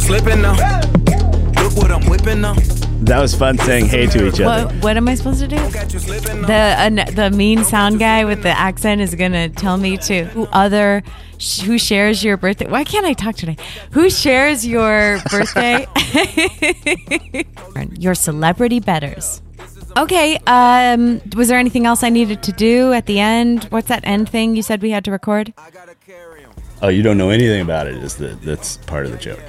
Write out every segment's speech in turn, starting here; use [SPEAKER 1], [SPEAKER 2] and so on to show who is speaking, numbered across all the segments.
[SPEAKER 1] slipping now. Look what I'm whipping now.
[SPEAKER 2] That was fun saying hey to each other.
[SPEAKER 3] What, what am I supposed to do?
[SPEAKER 1] Got you slipping
[SPEAKER 3] The
[SPEAKER 1] now.
[SPEAKER 3] an the mean sound guy with the accent is gonna tell me to who other sh- who shares your birthday. Why can't I talk today? Who shares your birthday? your celebrity betters. Okay. Um, was there anything else I needed to do at the end? What's that end thing you said we had to record?
[SPEAKER 1] I gotta carry him.
[SPEAKER 2] Oh, you don't know anything about it. Is the that's part of the joke.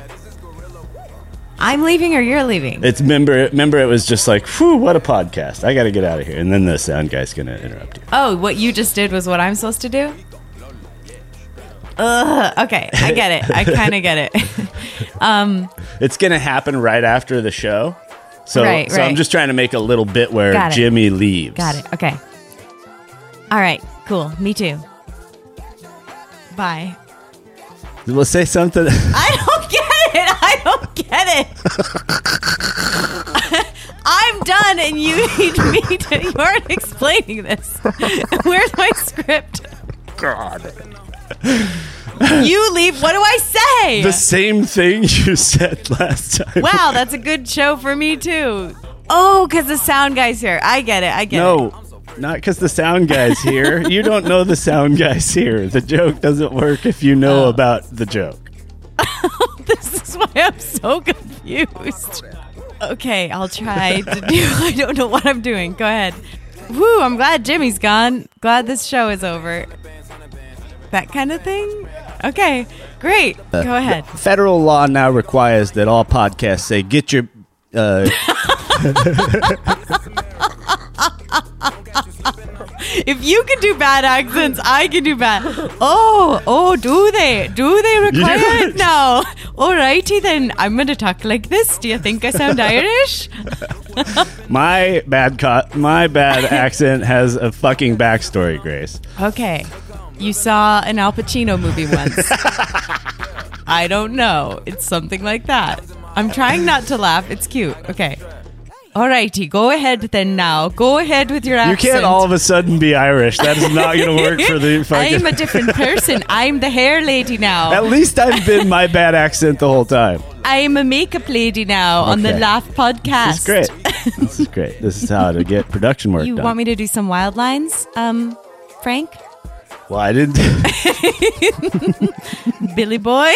[SPEAKER 3] I'm leaving or you're leaving.
[SPEAKER 2] It's remember remember it was just like, whew, what a podcast. I got to get out of here. And then the sound guy's gonna interrupt you.
[SPEAKER 3] Oh, what you just did was what I'm supposed to do? Ugh, okay, I get it. I kind of get it.
[SPEAKER 2] It's gonna happen right after the show. So,
[SPEAKER 3] Right,
[SPEAKER 2] so I'm
[SPEAKER 3] right.
[SPEAKER 2] just trying to make a little bit where
[SPEAKER 3] Got it.
[SPEAKER 2] Jimmy leaves.
[SPEAKER 3] Got it. Okay. All right. Cool. Me too. Bye.
[SPEAKER 2] We'll say something.
[SPEAKER 3] I don't get it. I don't get it. I'm done, and you need me to. You aren't explaining this. Where's my script? God. You leave. What do I say?
[SPEAKER 2] the same thing you said last time.
[SPEAKER 3] wow, that's a good show for me too. Oh, because the sound guy's here. I get it. I get it.
[SPEAKER 2] No, not because the sound guy's here. you don't know the sound guy's here. The joke doesn't work if you know
[SPEAKER 3] Oh.
[SPEAKER 2] about the joke.
[SPEAKER 3] This is why I'm so confused. Okay, I'll try to do. I don't know what I'm doing. Go ahead. Woo, I'm glad Jimmy's gone. Glad this show is over. That kind of thing? Okay, great. Go ahead.
[SPEAKER 2] Federal law now requires that all podcasts say, get your. Uh,
[SPEAKER 3] If you can do bad accents, I can do bad. Oh, oh, do they? Do they require it now? Alrighty then. I'm going to talk like this. Do you think I sound Irish?
[SPEAKER 2] my bad co- my bad accent has a fucking backstory, Grace.
[SPEAKER 3] Okay. You saw an Al Pacino movie once. I don't know. It's something like that. I'm trying not to laugh. It's cute. Okay. Alrighty, go ahead then now. Go ahead with your
[SPEAKER 2] You
[SPEAKER 3] accent.
[SPEAKER 2] can't all of a sudden be Irish. That is not going to work for the fucking.
[SPEAKER 3] I'm a different person. I'm the hair lady
[SPEAKER 2] At
[SPEAKER 3] now.
[SPEAKER 2] least I've been my bad accent the whole time.
[SPEAKER 3] I'm a makeup lady now on the
[SPEAKER 2] Okay.
[SPEAKER 3] Laugh
[SPEAKER 2] It's
[SPEAKER 3] podcast.
[SPEAKER 2] great. This is great. This is how to get production work
[SPEAKER 3] You
[SPEAKER 2] done.
[SPEAKER 3] want me to do some wild lines, um, Frank?
[SPEAKER 2] well, I didn't.
[SPEAKER 3] Billy Boy?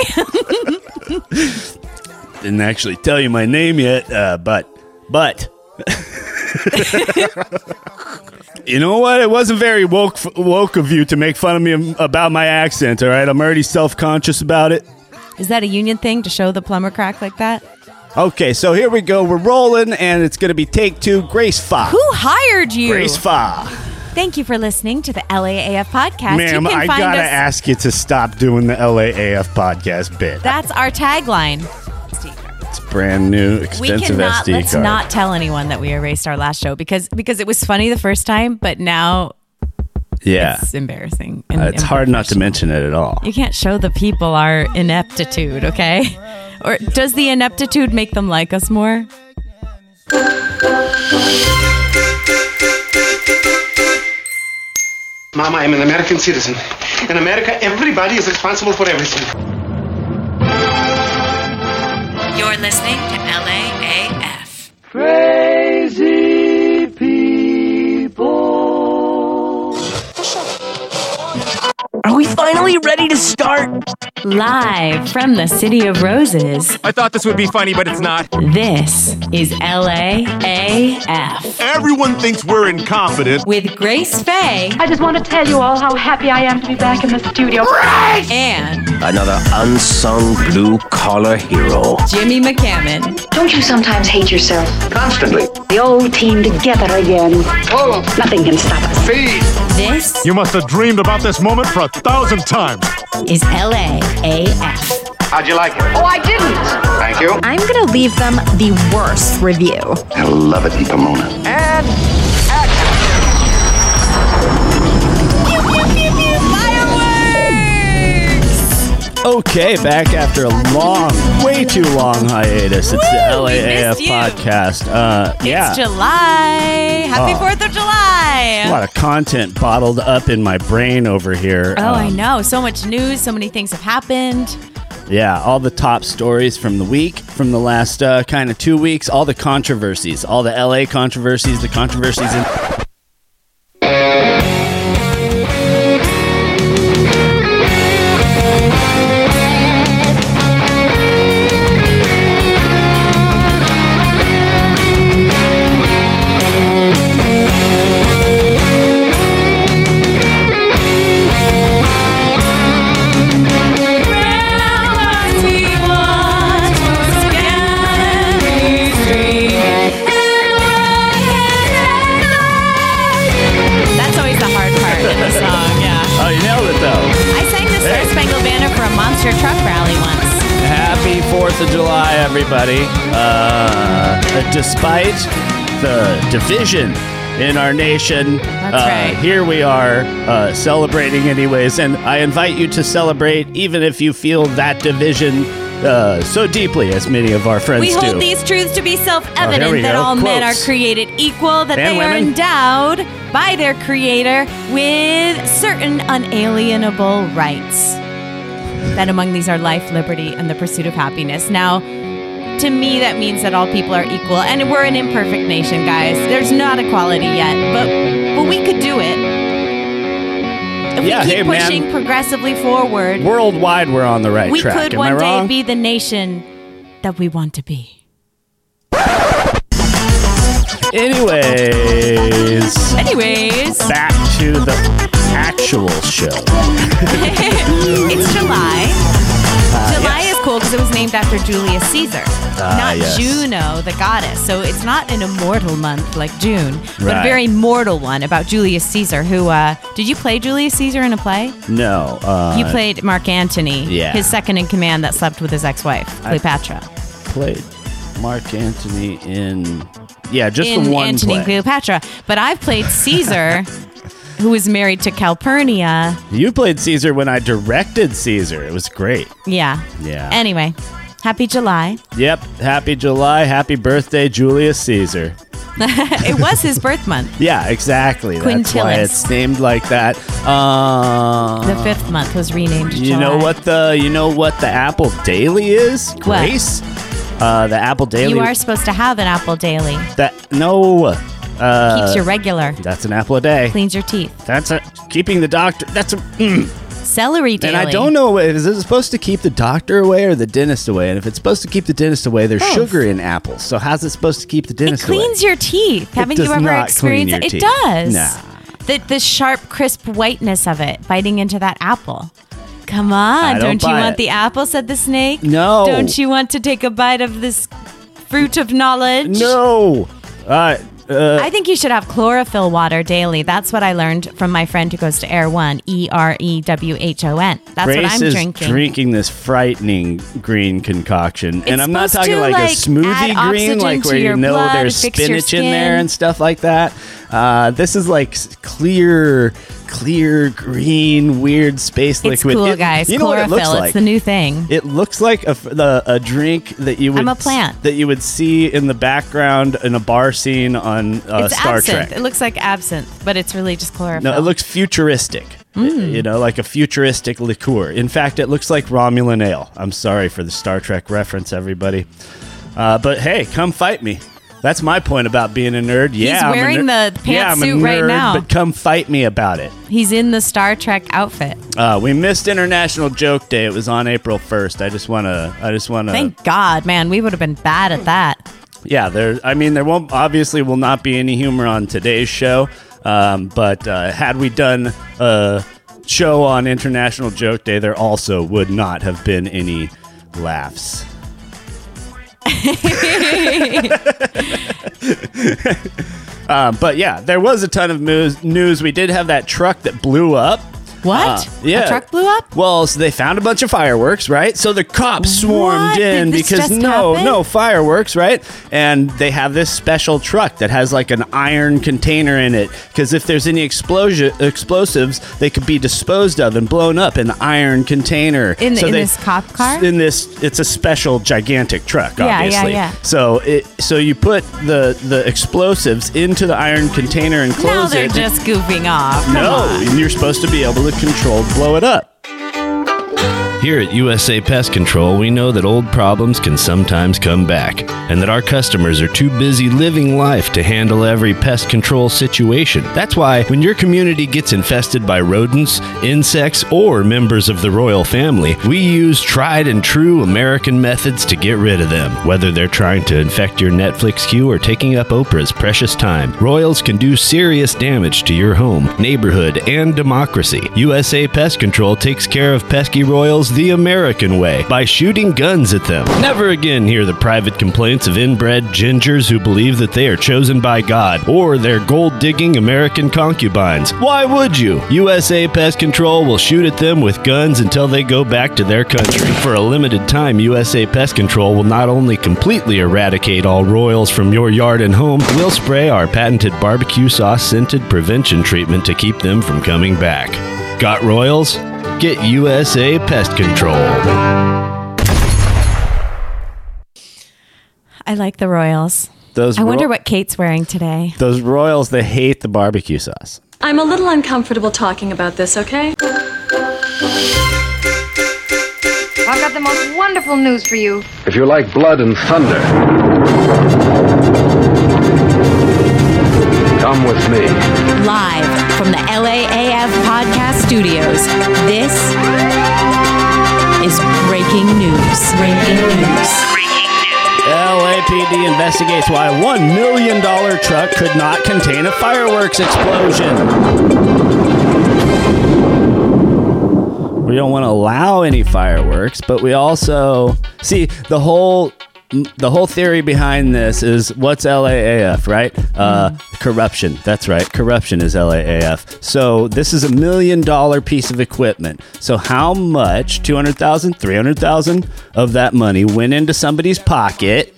[SPEAKER 2] didn't actually tell you my name yet, uh, but but you know what? It wasn't very woke woke of you to make fun of me about my accent. All right, I'm already self conscious about it.
[SPEAKER 3] Is that a union thing to show the plumber crack like that?
[SPEAKER 2] Okay, so here we go. We're rolling, and it's gonna be take two. Grace Fa.
[SPEAKER 3] Who hired you?
[SPEAKER 2] Grace Fa.
[SPEAKER 3] Thank you for listening to the LAAF podcast.
[SPEAKER 2] Ma'am,
[SPEAKER 3] you can
[SPEAKER 2] I
[SPEAKER 3] find
[SPEAKER 2] gotta
[SPEAKER 3] us.
[SPEAKER 2] ask you to stop doing the LAAF podcast bit.
[SPEAKER 3] That's our tagline.
[SPEAKER 2] It's brand new,
[SPEAKER 3] We
[SPEAKER 2] expensive
[SPEAKER 3] cannot.
[SPEAKER 2] SD
[SPEAKER 3] Let's
[SPEAKER 2] card.
[SPEAKER 3] not tell anyone that we erased our last show because because it was funny the first time, but now
[SPEAKER 2] yeah,
[SPEAKER 3] it's embarrassing. and-
[SPEAKER 2] Uh, it's
[SPEAKER 3] and
[SPEAKER 2] hard not to mention it at all.
[SPEAKER 3] You can't show the people our ineptitude, okay? Or does the ineptitude make them like us more?
[SPEAKER 4] Mama, I'm an American citizen. In America, everybody is responsible for everything.
[SPEAKER 3] You're listening to LAAF.
[SPEAKER 5] Are we finally ready to start?
[SPEAKER 3] Live from the City of Roses,
[SPEAKER 6] I thought this would be funny, but it's not.
[SPEAKER 3] this is LAAF
[SPEAKER 6] Everyone thinks we're incompetent.
[SPEAKER 3] with Grace Faye
[SPEAKER 7] I just want to tell you all how happy I am to be back in the studio.
[SPEAKER 3] and
[SPEAKER 8] Another unsung blue collar hero.
[SPEAKER 3] Jimmy McCammon.
[SPEAKER 9] Don't you sometimes hate yourself?
[SPEAKER 8] Constantly.
[SPEAKER 9] The old team together again. Oh, nothing can stop us.
[SPEAKER 3] This
[SPEAKER 6] You must have dreamed about this moment for a thousand times.
[SPEAKER 3] is LAAF.
[SPEAKER 4] How'd you like it? Oh, I didn't. Thank you.
[SPEAKER 10] I'm gonna leave them the worst review.
[SPEAKER 4] I love it in Pomona.
[SPEAKER 2] Okay, back after a long, way too long hiatus. It's
[SPEAKER 3] Woo, we
[SPEAKER 2] the LAAF
[SPEAKER 3] missed you.
[SPEAKER 2] podcast. Uh, yeah,
[SPEAKER 3] It's July. Happy
[SPEAKER 6] Ah.
[SPEAKER 2] Oh.
[SPEAKER 3] 4th of
[SPEAKER 2] a
[SPEAKER 3] July.
[SPEAKER 2] lot of content bottled up in my brain over here.
[SPEAKER 3] Oh,
[SPEAKER 2] Um,
[SPEAKER 3] I know. So much news. So many things have happened.
[SPEAKER 2] Yeah, all the top stories from the week, from the last uh, kind of two weeks, all the controversies, all the LA controversies, the controversies in.
[SPEAKER 3] That's always the hard part in the song, yeah.
[SPEAKER 2] Oh, you nailed it though.
[SPEAKER 3] I sang the Star Spangled Banner for a monster truck rally once.
[SPEAKER 2] Happy 4th of July, everybody. Uh, despite the division in our nation, uh, here we are uh, celebrating, anyways. And I invite you to celebrate, even if you feel that division uh, so deeply, as many of our friends
[SPEAKER 3] we
[SPEAKER 2] do.
[SPEAKER 3] hold these truths to be self-evident
[SPEAKER 2] Oh, here we
[SPEAKER 3] that
[SPEAKER 2] go.
[SPEAKER 3] all men are
[SPEAKER 2] Quotes.
[SPEAKER 3] created equal, that
[SPEAKER 2] And
[SPEAKER 3] they are
[SPEAKER 2] women.
[SPEAKER 3] endowed by their creator with certain unalienable rights. That among these are life, liberty, and the pursuit of happiness. Now, to me, that means that all people are equal, and we're an imperfect nation, guys. There's not equality yet, but but we could do it. If
[SPEAKER 2] Yeah,
[SPEAKER 3] we keep
[SPEAKER 2] hey, man.
[SPEAKER 3] pushing progressively forward,
[SPEAKER 2] Worldwide, we're on the right
[SPEAKER 3] we
[SPEAKER 2] track.
[SPEAKER 3] could
[SPEAKER 2] Am I
[SPEAKER 3] one day
[SPEAKER 2] wrong?
[SPEAKER 3] be the nation that we want to be.
[SPEAKER 2] Anyways.
[SPEAKER 3] Anyways.
[SPEAKER 2] Back to the actual show.
[SPEAKER 3] it's July.
[SPEAKER 2] Uh,
[SPEAKER 3] July is cool because it was named after Julius Caesar,
[SPEAKER 2] Ah,
[SPEAKER 3] not
[SPEAKER 2] yes.
[SPEAKER 3] Juno, the goddess. So it's not an immortal month like June, but a
[SPEAKER 2] Right.
[SPEAKER 3] very mortal one about Julius Caesar, who, uh, did you play Julius Caesar in a play?
[SPEAKER 2] No. Uh,
[SPEAKER 3] you played Mark Antony,
[SPEAKER 2] yeah.
[SPEAKER 3] his second in command that slept with his ex wife, Cleopatra.
[SPEAKER 2] played Mark Antony in yeah, just
[SPEAKER 3] in
[SPEAKER 2] the one
[SPEAKER 3] Antony and
[SPEAKER 2] play.
[SPEAKER 3] Cleopatra. But I've played Caesar, who was married to Calpurnia.
[SPEAKER 2] You played Caesar when I directed Caesar. It was great.
[SPEAKER 3] Yeah.
[SPEAKER 2] Yeah.
[SPEAKER 3] Anyway, happy July.
[SPEAKER 2] Yep. Happy July. Happy birthday, Julius Caesar.
[SPEAKER 3] it was his birth month.
[SPEAKER 2] Yeah, exactly. That's why
[SPEAKER 3] Quintilis.
[SPEAKER 2] it's named like that. Uh,
[SPEAKER 3] The fifth month was renamed.
[SPEAKER 2] You
[SPEAKER 3] July.
[SPEAKER 2] know what the you know what the Apple Daily is?
[SPEAKER 3] What?
[SPEAKER 2] Grace. Uh, the Apple Daily.
[SPEAKER 3] You are supposed to have an apple daily.
[SPEAKER 2] that no. Uh,
[SPEAKER 3] Keeps you regular.
[SPEAKER 2] That's an apple a day.
[SPEAKER 3] Cleans your teeth.
[SPEAKER 2] That's a keeping the doctor. That's a. Mm.
[SPEAKER 3] Celery daily.
[SPEAKER 2] And I don't know is it supposed to keep the doctor away or the dentist away? And if it's supposed to keep the dentist away, there's
[SPEAKER 3] Both.
[SPEAKER 2] sugar in apples. So how's it supposed to keep the dentist
[SPEAKER 3] Cleans your teeth.
[SPEAKER 2] away?
[SPEAKER 3] Haven't
[SPEAKER 2] it does
[SPEAKER 3] you ever
[SPEAKER 2] not clean
[SPEAKER 3] experienced
[SPEAKER 2] your
[SPEAKER 3] it? It
[SPEAKER 2] teeth.
[SPEAKER 3] does.
[SPEAKER 2] Nah.
[SPEAKER 3] The, the sharp, crisp whiteness of it, biting into that apple. Come on,
[SPEAKER 2] I don't
[SPEAKER 3] you
[SPEAKER 2] buy
[SPEAKER 3] want
[SPEAKER 2] it.
[SPEAKER 3] the apple? said the snake.
[SPEAKER 2] No.
[SPEAKER 3] Don't you want to take a bite of this fruit of knowledge?
[SPEAKER 2] No. Uh, uh,
[SPEAKER 3] I think you should have chlorophyll water daily. That's what I learned from my friend who goes to Air One, E R E W H O N. That's
[SPEAKER 2] Grace
[SPEAKER 3] what I'm
[SPEAKER 2] is
[SPEAKER 3] drinking.
[SPEAKER 2] this frightening green concoction, and
[SPEAKER 3] It's
[SPEAKER 2] I'm not
[SPEAKER 3] supposed
[SPEAKER 2] talking
[SPEAKER 3] to,
[SPEAKER 2] like,
[SPEAKER 3] like,
[SPEAKER 2] a smoothie
[SPEAKER 3] add
[SPEAKER 2] green,
[SPEAKER 3] oxygen
[SPEAKER 2] like
[SPEAKER 3] to
[SPEAKER 2] where you
[SPEAKER 3] your
[SPEAKER 2] know
[SPEAKER 3] blood,
[SPEAKER 2] there's
[SPEAKER 3] fix your
[SPEAKER 2] spinach in there
[SPEAKER 3] skin.
[SPEAKER 2] and stuff like that. Uh, this is like s- clear, clear green, weird space
[SPEAKER 3] it's
[SPEAKER 2] liquid.
[SPEAKER 3] cool,
[SPEAKER 2] It-
[SPEAKER 3] guys.
[SPEAKER 2] You know what it
[SPEAKER 3] chlorophyll.
[SPEAKER 2] looks like?
[SPEAKER 3] It's the new thing.
[SPEAKER 2] It looks like a, f- the, a drink that you would
[SPEAKER 3] I'm a plant.
[SPEAKER 2] s- that you would see in the background in a bar scene on uh,
[SPEAKER 3] it's
[SPEAKER 2] Star
[SPEAKER 3] absinthe.
[SPEAKER 2] Trek.
[SPEAKER 3] It looks like absinthe, but it's really just chlorophyll.
[SPEAKER 2] No, it looks futuristic.
[SPEAKER 3] Mm.
[SPEAKER 2] You know, like a futuristic liqueur. In fact, it looks like Romulan ale. I'm sorry for the Star Trek reference, everybody. Uh, but hey, come fight me. That's my point about being a nerd. Yeah, I'm a
[SPEAKER 3] wearing
[SPEAKER 2] ner-
[SPEAKER 3] the
[SPEAKER 2] yeah, I'm a
[SPEAKER 3] pantsuit right
[SPEAKER 2] nerd,
[SPEAKER 3] now.
[SPEAKER 2] But come fight me about it.
[SPEAKER 3] He's in the Star Trek outfit.
[SPEAKER 2] Uh, we missed International Joke Day. It was on April 1st. I just wanna. I just wanna.
[SPEAKER 3] Thank God, man. We would have been bad at that.
[SPEAKER 2] Yeah, there. I mean, there won't obviously will not be any humor on today's show. Um, but uh, had we done a show on International Joke Day, there also would not have been any laughs. Um, but yeah, there was a ton of news. News. We did have that truck that blew up.
[SPEAKER 3] What?
[SPEAKER 2] Uh, yeah.
[SPEAKER 3] A truck blew up?
[SPEAKER 2] Well, so they found a bunch of fireworks, right? So the cops swarmed
[SPEAKER 3] What? Did
[SPEAKER 2] in
[SPEAKER 3] this
[SPEAKER 2] because
[SPEAKER 3] just
[SPEAKER 2] no,
[SPEAKER 3] happen?
[SPEAKER 2] no fireworks, right? And they have this special truck that has like an iron container in it because if there's any explosion explosives, they could be disposed of and blown up in the iron container.
[SPEAKER 3] In,
[SPEAKER 2] So
[SPEAKER 3] in
[SPEAKER 2] they-
[SPEAKER 3] this cop car?
[SPEAKER 2] in this, it's a special gigantic truck,
[SPEAKER 3] Yeah, yeah,
[SPEAKER 2] obviously.
[SPEAKER 3] yeah.
[SPEAKER 2] So it, so you put the the explosives into the iron container and close
[SPEAKER 3] now they're
[SPEAKER 2] it.
[SPEAKER 3] just goofing off. Come
[SPEAKER 2] no,
[SPEAKER 3] on.
[SPEAKER 2] and you're supposed to be able to control blow it up.
[SPEAKER 11] Here at USA Pest Control, we know that old problems can sometimes come back, and that our customers are too busy living life to handle every pest control situation. That's why, when your community gets infested by rodents, insects, or members of the royal family, we use tried and true American methods to get rid of them. Whether they're trying to infect your Netflix queue or taking up Oprah's precious time, royals can do serious damage to your home, neighborhood, and democracy. USA Pest Control takes care of pesky royals the American way by shooting guns at them. Never again hear the private complaints of inbred gingers who believe that they are chosen by God or their gold digging American concubines. Why would you? USA Pest Control will shoot at them with guns until they go back to their country. For a limited time, USA Pest Control will not only completely eradicate all royals from your yard and home, we'll spray our patented barbecue sauce scented prevention treatment to keep them from coming back. Got royals? Get USA Pest Control.
[SPEAKER 3] I like the Royals.
[SPEAKER 2] Those
[SPEAKER 3] I wonder
[SPEAKER 2] Ro-
[SPEAKER 3] what Kate's wearing today.
[SPEAKER 2] Those royals, they hate the barbecue sauce.
[SPEAKER 7] I'm a little uncomfortable talking about this, okay?
[SPEAKER 10] I've got the most wonderful news for you.
[SPEAKER 4] If you like blood and thunder, come with me.
[SPEAKER 12] Live from the LAAF podcast studios, this is breaking news. Breaking news.
[SPEAKER 2] LAPD investigates why $1 million truck could not contain a fireworks explosion. We don't want to allow any fireworks, but we also see the whole the whole theory behind this is what's LAAF, right? Uh, Corruption. That's right. Corruption is LAAF. So this is a million dollar piece of equipment. So how much, 200,000, 300,000 of that money went into somebody's pocket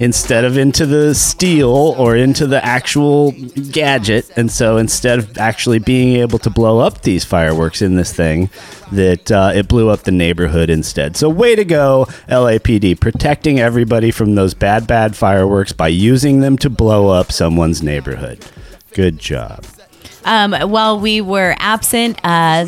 [SPEAKER 2] instead of into the steel or into the actual gadget. And so instead of actually being able to blow up these fireworks in this thing, that uh, it blew up the neighborhood instead. So way to go, LAPD, protecting everybody from those bad, bad fireworks by using them to blow up someone's neighborhood. Good job.
[SPEAKER 3] Um, while we were absent, uh,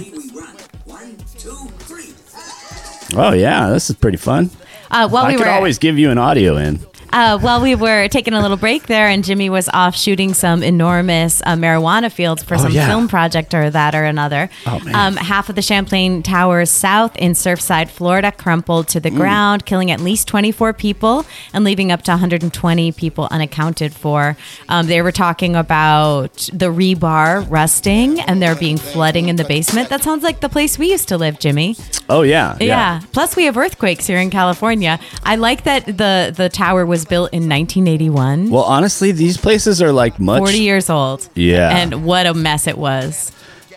[SPEAKER 2] Oh yeah, this is pretty fun.
[SPEAKER 3] uh, while
[SPEAKER 2] I
[SPEAKER 3] we
[SPEAKER 2] could
[SPEAKER 3] were
[SPEAKER 2] always give you an audio in.
[SPEAKER 3] Uh, while we were taking a little break there, and Jimmy was off shooting some enormous uh, marijuana fields for
[SPEAKER 13] Oh,
[SPEAKER 3] some
[SPEAKER 13] yeah.
[SPEAKER 3] film project or that or another.
[SPEAKER 13] Oh, man.
[SPEAKER 3] Um, half of the Champlain Towers South in Surfside, Florida, crumpled to the
[SPEAKER 13] Mm.
[SPEAKER 3] ground, killing at least 24 people and leaving up to 120 people unaccounted for. Um, they were talking about the rebar rusting and there being flooding in the basement. That sounds like the place we used to live, Jimmy.
[SPEAKER 2] Oh yeah,
[SPEAKER 3] Yeah. Plus, we have earthquakes here in California. I like that the the tower was built in 1981,
[SPEAKER 2] Well, honestly, these places are like much
[SPEAKER 3] 40 years old.
[SPEAKER 2] Yeah.
[SPEAKER 3] And what a mess it was.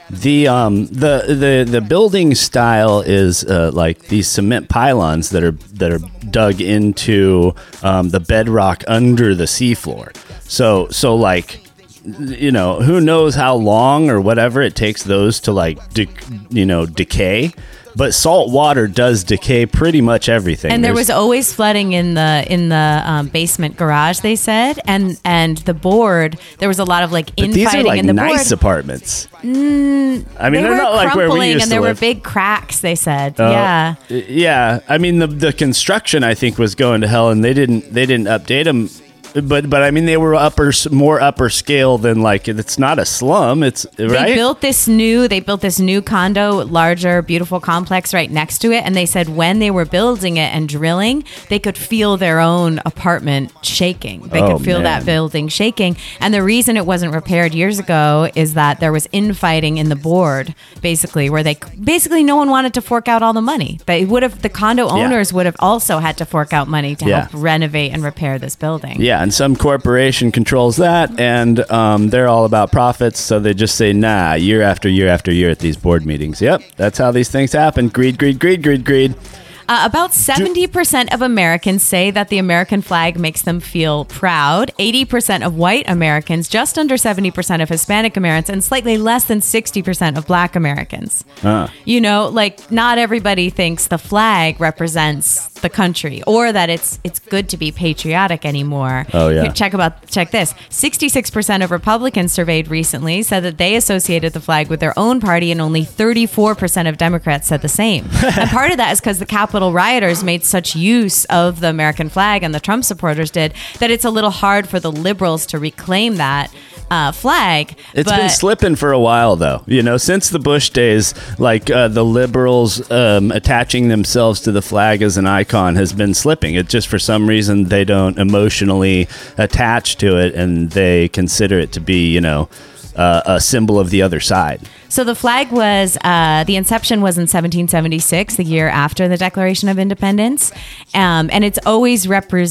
[SPEAKER 2] The um the the the building style is uh, like these cement pylons that are that are dug into um, the bedrock under the seafloor. So so like you know who knows how long or whatever it takes those to like de- you know decay. But salt water does decay pretty much everything.
[SPEAKER 3] And there
[SPEAKER 2] There's-
[SPEAKER 3] was always flooding in the in the um, basement garage. They said, and and the board. There was a lot of like
[SPEAKER 2] but
[SPEAKER 3] infighting
[SPEAKER 2] these are like
[SPEAKER 3] in the
[SPEAKER 2] nice
[SPEAKER 3] board.
[SPEAKER 2] apartments.
[SPEAKER 3] Mm,
[SPEAKER 2] I mean,
[SPEAKER 3] they
[SPEAKER 2] they're
[SPEAKER 3] were
[SPEAKER 2] not like where we
[SPEAKER 3] crumpling
[SPEAKER 2] used to
[SPEAKER 3] and there were
[SPEAKER 2] live.
[SPEAKER 3] big cracks. They said,
[SPEAKER 2] Oh,
[SPEAKER 3] yeah.
[SPEAKER 2] y- yeah. I mean, the the construction I think was going to hell, and they didn't they didn't update them. But but I mean, they were upper s- more upper scale than like it's not a slum. It's
[SPEAKER 3] They
[SPEAKER 2] right.
[SPEAKER 3] built this new they built this new condo, larger, beautiful complex right next to it and they said when they were building it and drilling, they could feel their own apartment shaking. They
[SPEAKER 13] Oh,
[SPEAKER 3] could feel that
[SPEAKER 13] man.
[SPEAKER 3] building shaking. And the reason it wasn't repaired years ago is that there was infighting in the board basically where they basically no one wanted to fork out all the money. They would have the condo
[SPEAKER 2] Yeah.
[SPEAKER 3] owners would have also had to fork out money to
[SPEAKER 2] Yeah.
[SPEAKER 3] help renovate and repair this building.
[SPEAKER 2] yeah, and some corporation controls that, and um, they're all about profits. So they just say, "Nah," year after year after year at these board meetings. Yep, that's how these things happen. Greed, greed, greed, greed, greed.
[SPEAKER 3] Uh, about 70% of Americans say that the American flag makes them feel proud. 80% of white Americans, just under 70% of Hispanic Americans, and slightly less than 60% of black Americans.
[SPEAKER 14] Ah.
[SPEAKER 3] You know, like not everybody thinks the flag represents the country or that it's it's good to be patriotic anymore.
[SPEAKER 14] Oh, yeah.
[SPEAKER 3] Here, Check about check this. 66% of Republicans surveyed recently said that they associated the flag with their own party and only 34% of Democrats said the same. and part of that is cuz the Capitol rioters made such use of the American flag and the Trump supporters did that it's a little hard for the liberals to reclaim that uh, flag.
[SPEAKER 2] It's
[SPEAKER 3] but-
[SPEAKER 2] been slipping for a while, though. You know, since the Bush days, like uh, the liberals um, attaching themselves to the flag as an icon has been slipping. It just for some reason they don't emotionally attach to it, and they consider it to be, you know, uh, a symbol of the other side.
[SPEAKER 3] So the flag was uh, the inception was in 1776, the year after the Declaration of Independence, um, and it's always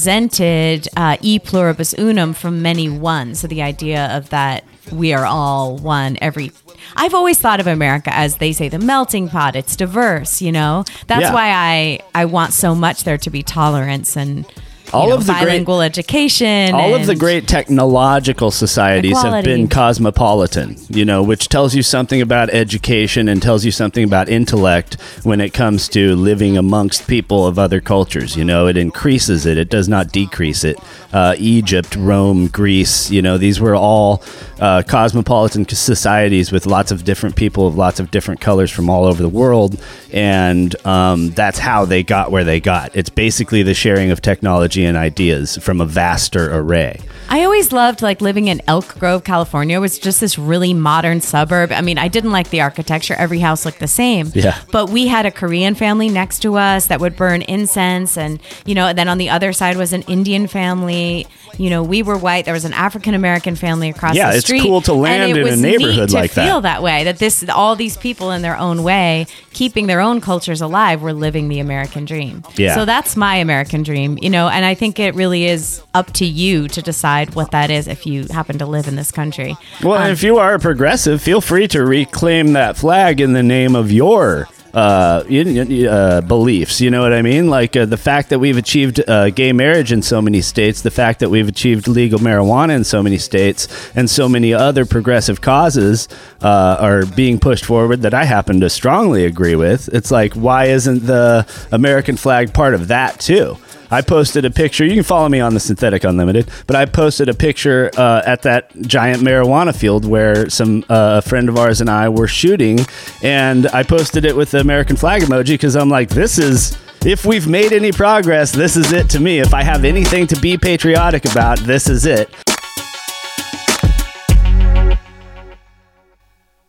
[SPEAKER 3] represented uh, e pluribus unum from many one. So the idea of that we are all one. Every I've always thought of America as they say the melting pot. It's diverse, you know. That's
[SPEAKER 2] Yeah.
[SPEAKER 3] why I I want so much there to be tolerance and you
[SPEAKER 2] All
[SPEAKER 3] know,
[SPEAKER 2] of the great-
[SPEAKER 3] bilingual education.
[SPEAKER 2] All of the
[SPEAKER 3] and-
[SPEAKER 2] great technological societies have
[SPEAKER 3] Equality.
[SPEAKER 2] been cosmopolitan, you know, which tells you something about education and tells you something about intellect when it comes to living amongst people of other cultures. You know, it increases it, it does not decrease it. Uh, Egypt, Rome, Greece, you know, these were all uh, cosmopolitan c- societies with lots of different people of lots of different colors from all over the world. And um, that's how they got where they got. It's basically the sharing of technology and ideas from a vaster array.
[SPEAKER 3] I always loved like living in Elk Grove, California, was just this really modern suburb. I mean, I didn't like the architecture. Every house looked the same.
[SPEAKER 2] Yeah.
[SPEAKER 3] But we had a Korean family next to us that would burn incense and, you know, then on the other side was an Indian family. You know, we were white. There was an African American family across
[SPEAKER 2] Yeah,
[SPEAKER 3] the
[SPEAKER 2] it's
[SPEAKER 3] street.
[SPEAKER 2] cool to
[SPEAKER 3] And
[SPEAKER 2] land
[SPEAKER 3] it
[SPEAKER 2] in a
[SPEAKER 3] was
[SPEAKER 2] neighborhood
[SPEAKER 3] neat to
[SPEAKER 2] like that.
[SPEAKER 3] feel that way, that this all these people in their own way, keeping their own cultures alive, were living the American dream.
[SPEAKER 2] Yeah.
[SPEAKER 3] So that's my American dream, you know, and I think it really is up to you to decide what that is if you happen to live in this country.
[SPEAKER 2] Well, and if you are a progressive, feel free to reclaim that flag in the name of your uh, in- in- uh, beliefs. You know what I mean? Like uh, the fact that we've achieved uh, gay marriage in so many states, the fact that we've achieved legal marijuana in so many states, and so many other progressive causes uh, are being pushed forward that I happen to strongly agree with. It's like, why isn't the American flag part of that too? I posted a picture. You can follow me on the Synthetic Unlimited, but I posted a picture uh, at that giant marijuana field where some uh, a friend of ours and I were shooting, and I posted it with the American flag emoji because I'm like, this is. If we've made any progress, this is it to me. If I have anything to be patriotic about, this is it.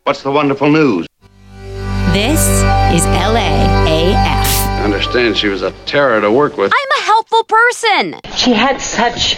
[SPEAKER 15] What's the wonderful news?
[SPEAKER 12] This is LAAF.
[SPEAKER 4] I understand she was a terror to work with.
[SPEAKER 12] I'm a helpful person.
[SPEAKER 9] She had such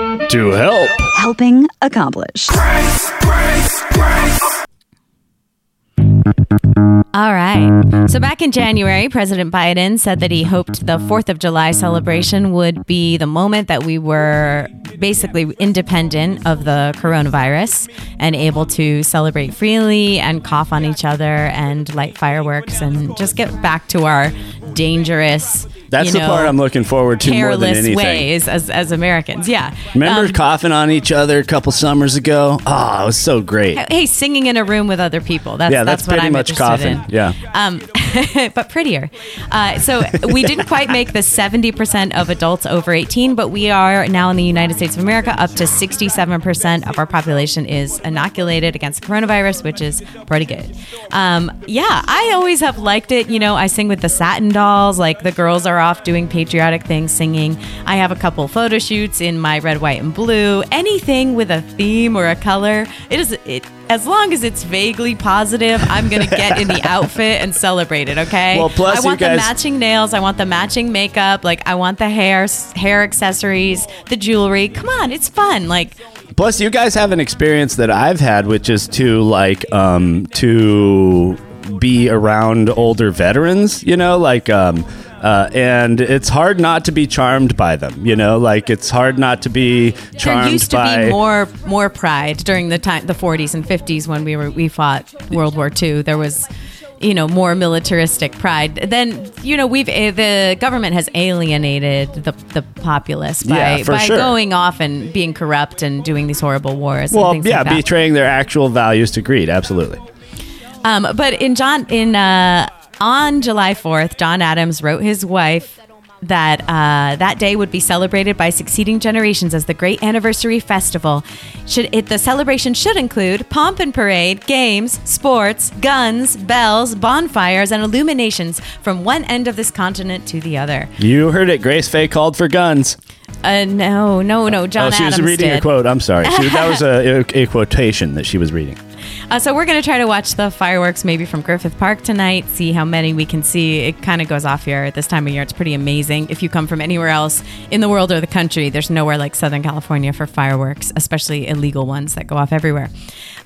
[SPEAKER 2] to help.
[SPEAKER 12] Helping accomplished.
[SPEAKER 3] All right. So back in January, President Biden said that he hoped the 4th of July celebration would be the moment that we were basically independent of the coronavirus and able to celebrate freely and cough on each other and light fireworks and just get back to our dangerous.
[SPEAKER 2] That's
[SPEAKER 3] you
[SPEAKER 2] the
[SPEAKER 3] know,
[SPEAKER 2] part I'm looking forward to more
[SPEAKER 3] careless
[SPEAKER 2] than anything.
[SPEAKER 3] ways as, as Americans. Yeah. Um,
[SPEAKER 2] Remember coughing on each other a couple summers ago? Ah, it was so great.
[SPEAKER 3] Hey, singing in a room with other people. That's,
[SPEAKER 2] yeah, that's,
[SPEAKER 3] what
[SPEAKER 2] pretty
[SPEAKER 3] I'm
[SPEAKER 2] much
[SPEAKER 3] interested
[SPEAKER 2] coughing.
[SPEAKER 3] in.
[SPEAKER 2] Yeah.
[SPEAKER 3] um, but prettier. Uh, so we didn't quite make the 70% of adults over 18, but we are now in the United States of America up to 67% of our population is inoculated against coronavirus, which is pretty good. Um, yeah, I always have liked it. You know, I sing with the Satin Dolls, like the girls are off doing patriotic things, singing. I have a couple photo shoots in my red, white, and blue. Anything with a theme or a color, it is it. as long as it's vaguely positive, I'm gonna get in the outfit and celebrate it. Okay.
[SPEAKER 2] Well, plus
[SPEAKER 3] I want
[SPEAKER 2] you
[SPEAKER 3] the
[SPEAKER 2] guys-
[SPEAKER 3] matching nails. I want the matching makeup. Like I want the hair, hair accessories, the jewelry. Come on, it's fun. Like
[SPEAKER 2] Plus, you guys have an experience that I've had, which is to like um, to be around older veterans. You know, like. Um, uh, and it's hard not to be charmed by them, you know. Like it's hard not to be charmed
[SPEAKER 3] there used to
[SPEAKER 2] by.
[SPEAKER 3] be more more pride during the time the 40s and 50s when we were we fought World War II. There was you know more militaristic pride. Then you know we've eh, the government has alienated the the populace by
[SPEAKER 2] Yeah, for
[SPEAKER 3] by
[SPEAKER 2] sure.
[SPEAKER 3] going off and being corrupt and doing these horrible wars. and
[SPEAKER 2] well,
[SPEAKER 3] things
[SPEAKER 2] yeah,
[SPEAKER 3] like that.
[SPEAKER 2] betraying their actual values to greed, absolutely.
[SPEAKER 3] Um, but in John in uh, on July fourth, John Adams wrote his wife that uh, that day would be celebrated by succeeding generations as the great anniversary festival. Should it, the celebration should include pomp and parade, games, sports, guns, bells, bonfires, and illuminations from one end of this continent to the other.
[SPEAKER 2] You heard it. Grace Faye called for guns.
[SPEAKER 3] Uh, no, no, no. John
[SPEAKER 2] oh, she
[SPEAKER 3] Adams
[SPEAKER 2] was reading
[SPEAKER 3] did.
[SPEAKER 2] a quote. I'm sorry. She, that was a, a quotation that she was reading.
[SPEAKER 3] Uh, so we're gonna try to watch the fireworks maybe from Griffith Park tonight. See how many we can see. It kind of goes off here at this time of year. It's pretty amazing. If you come from anywhere else in the world or the country, there's nowhere like Southern California for fireworks, especially illegal ones that go off everywhere.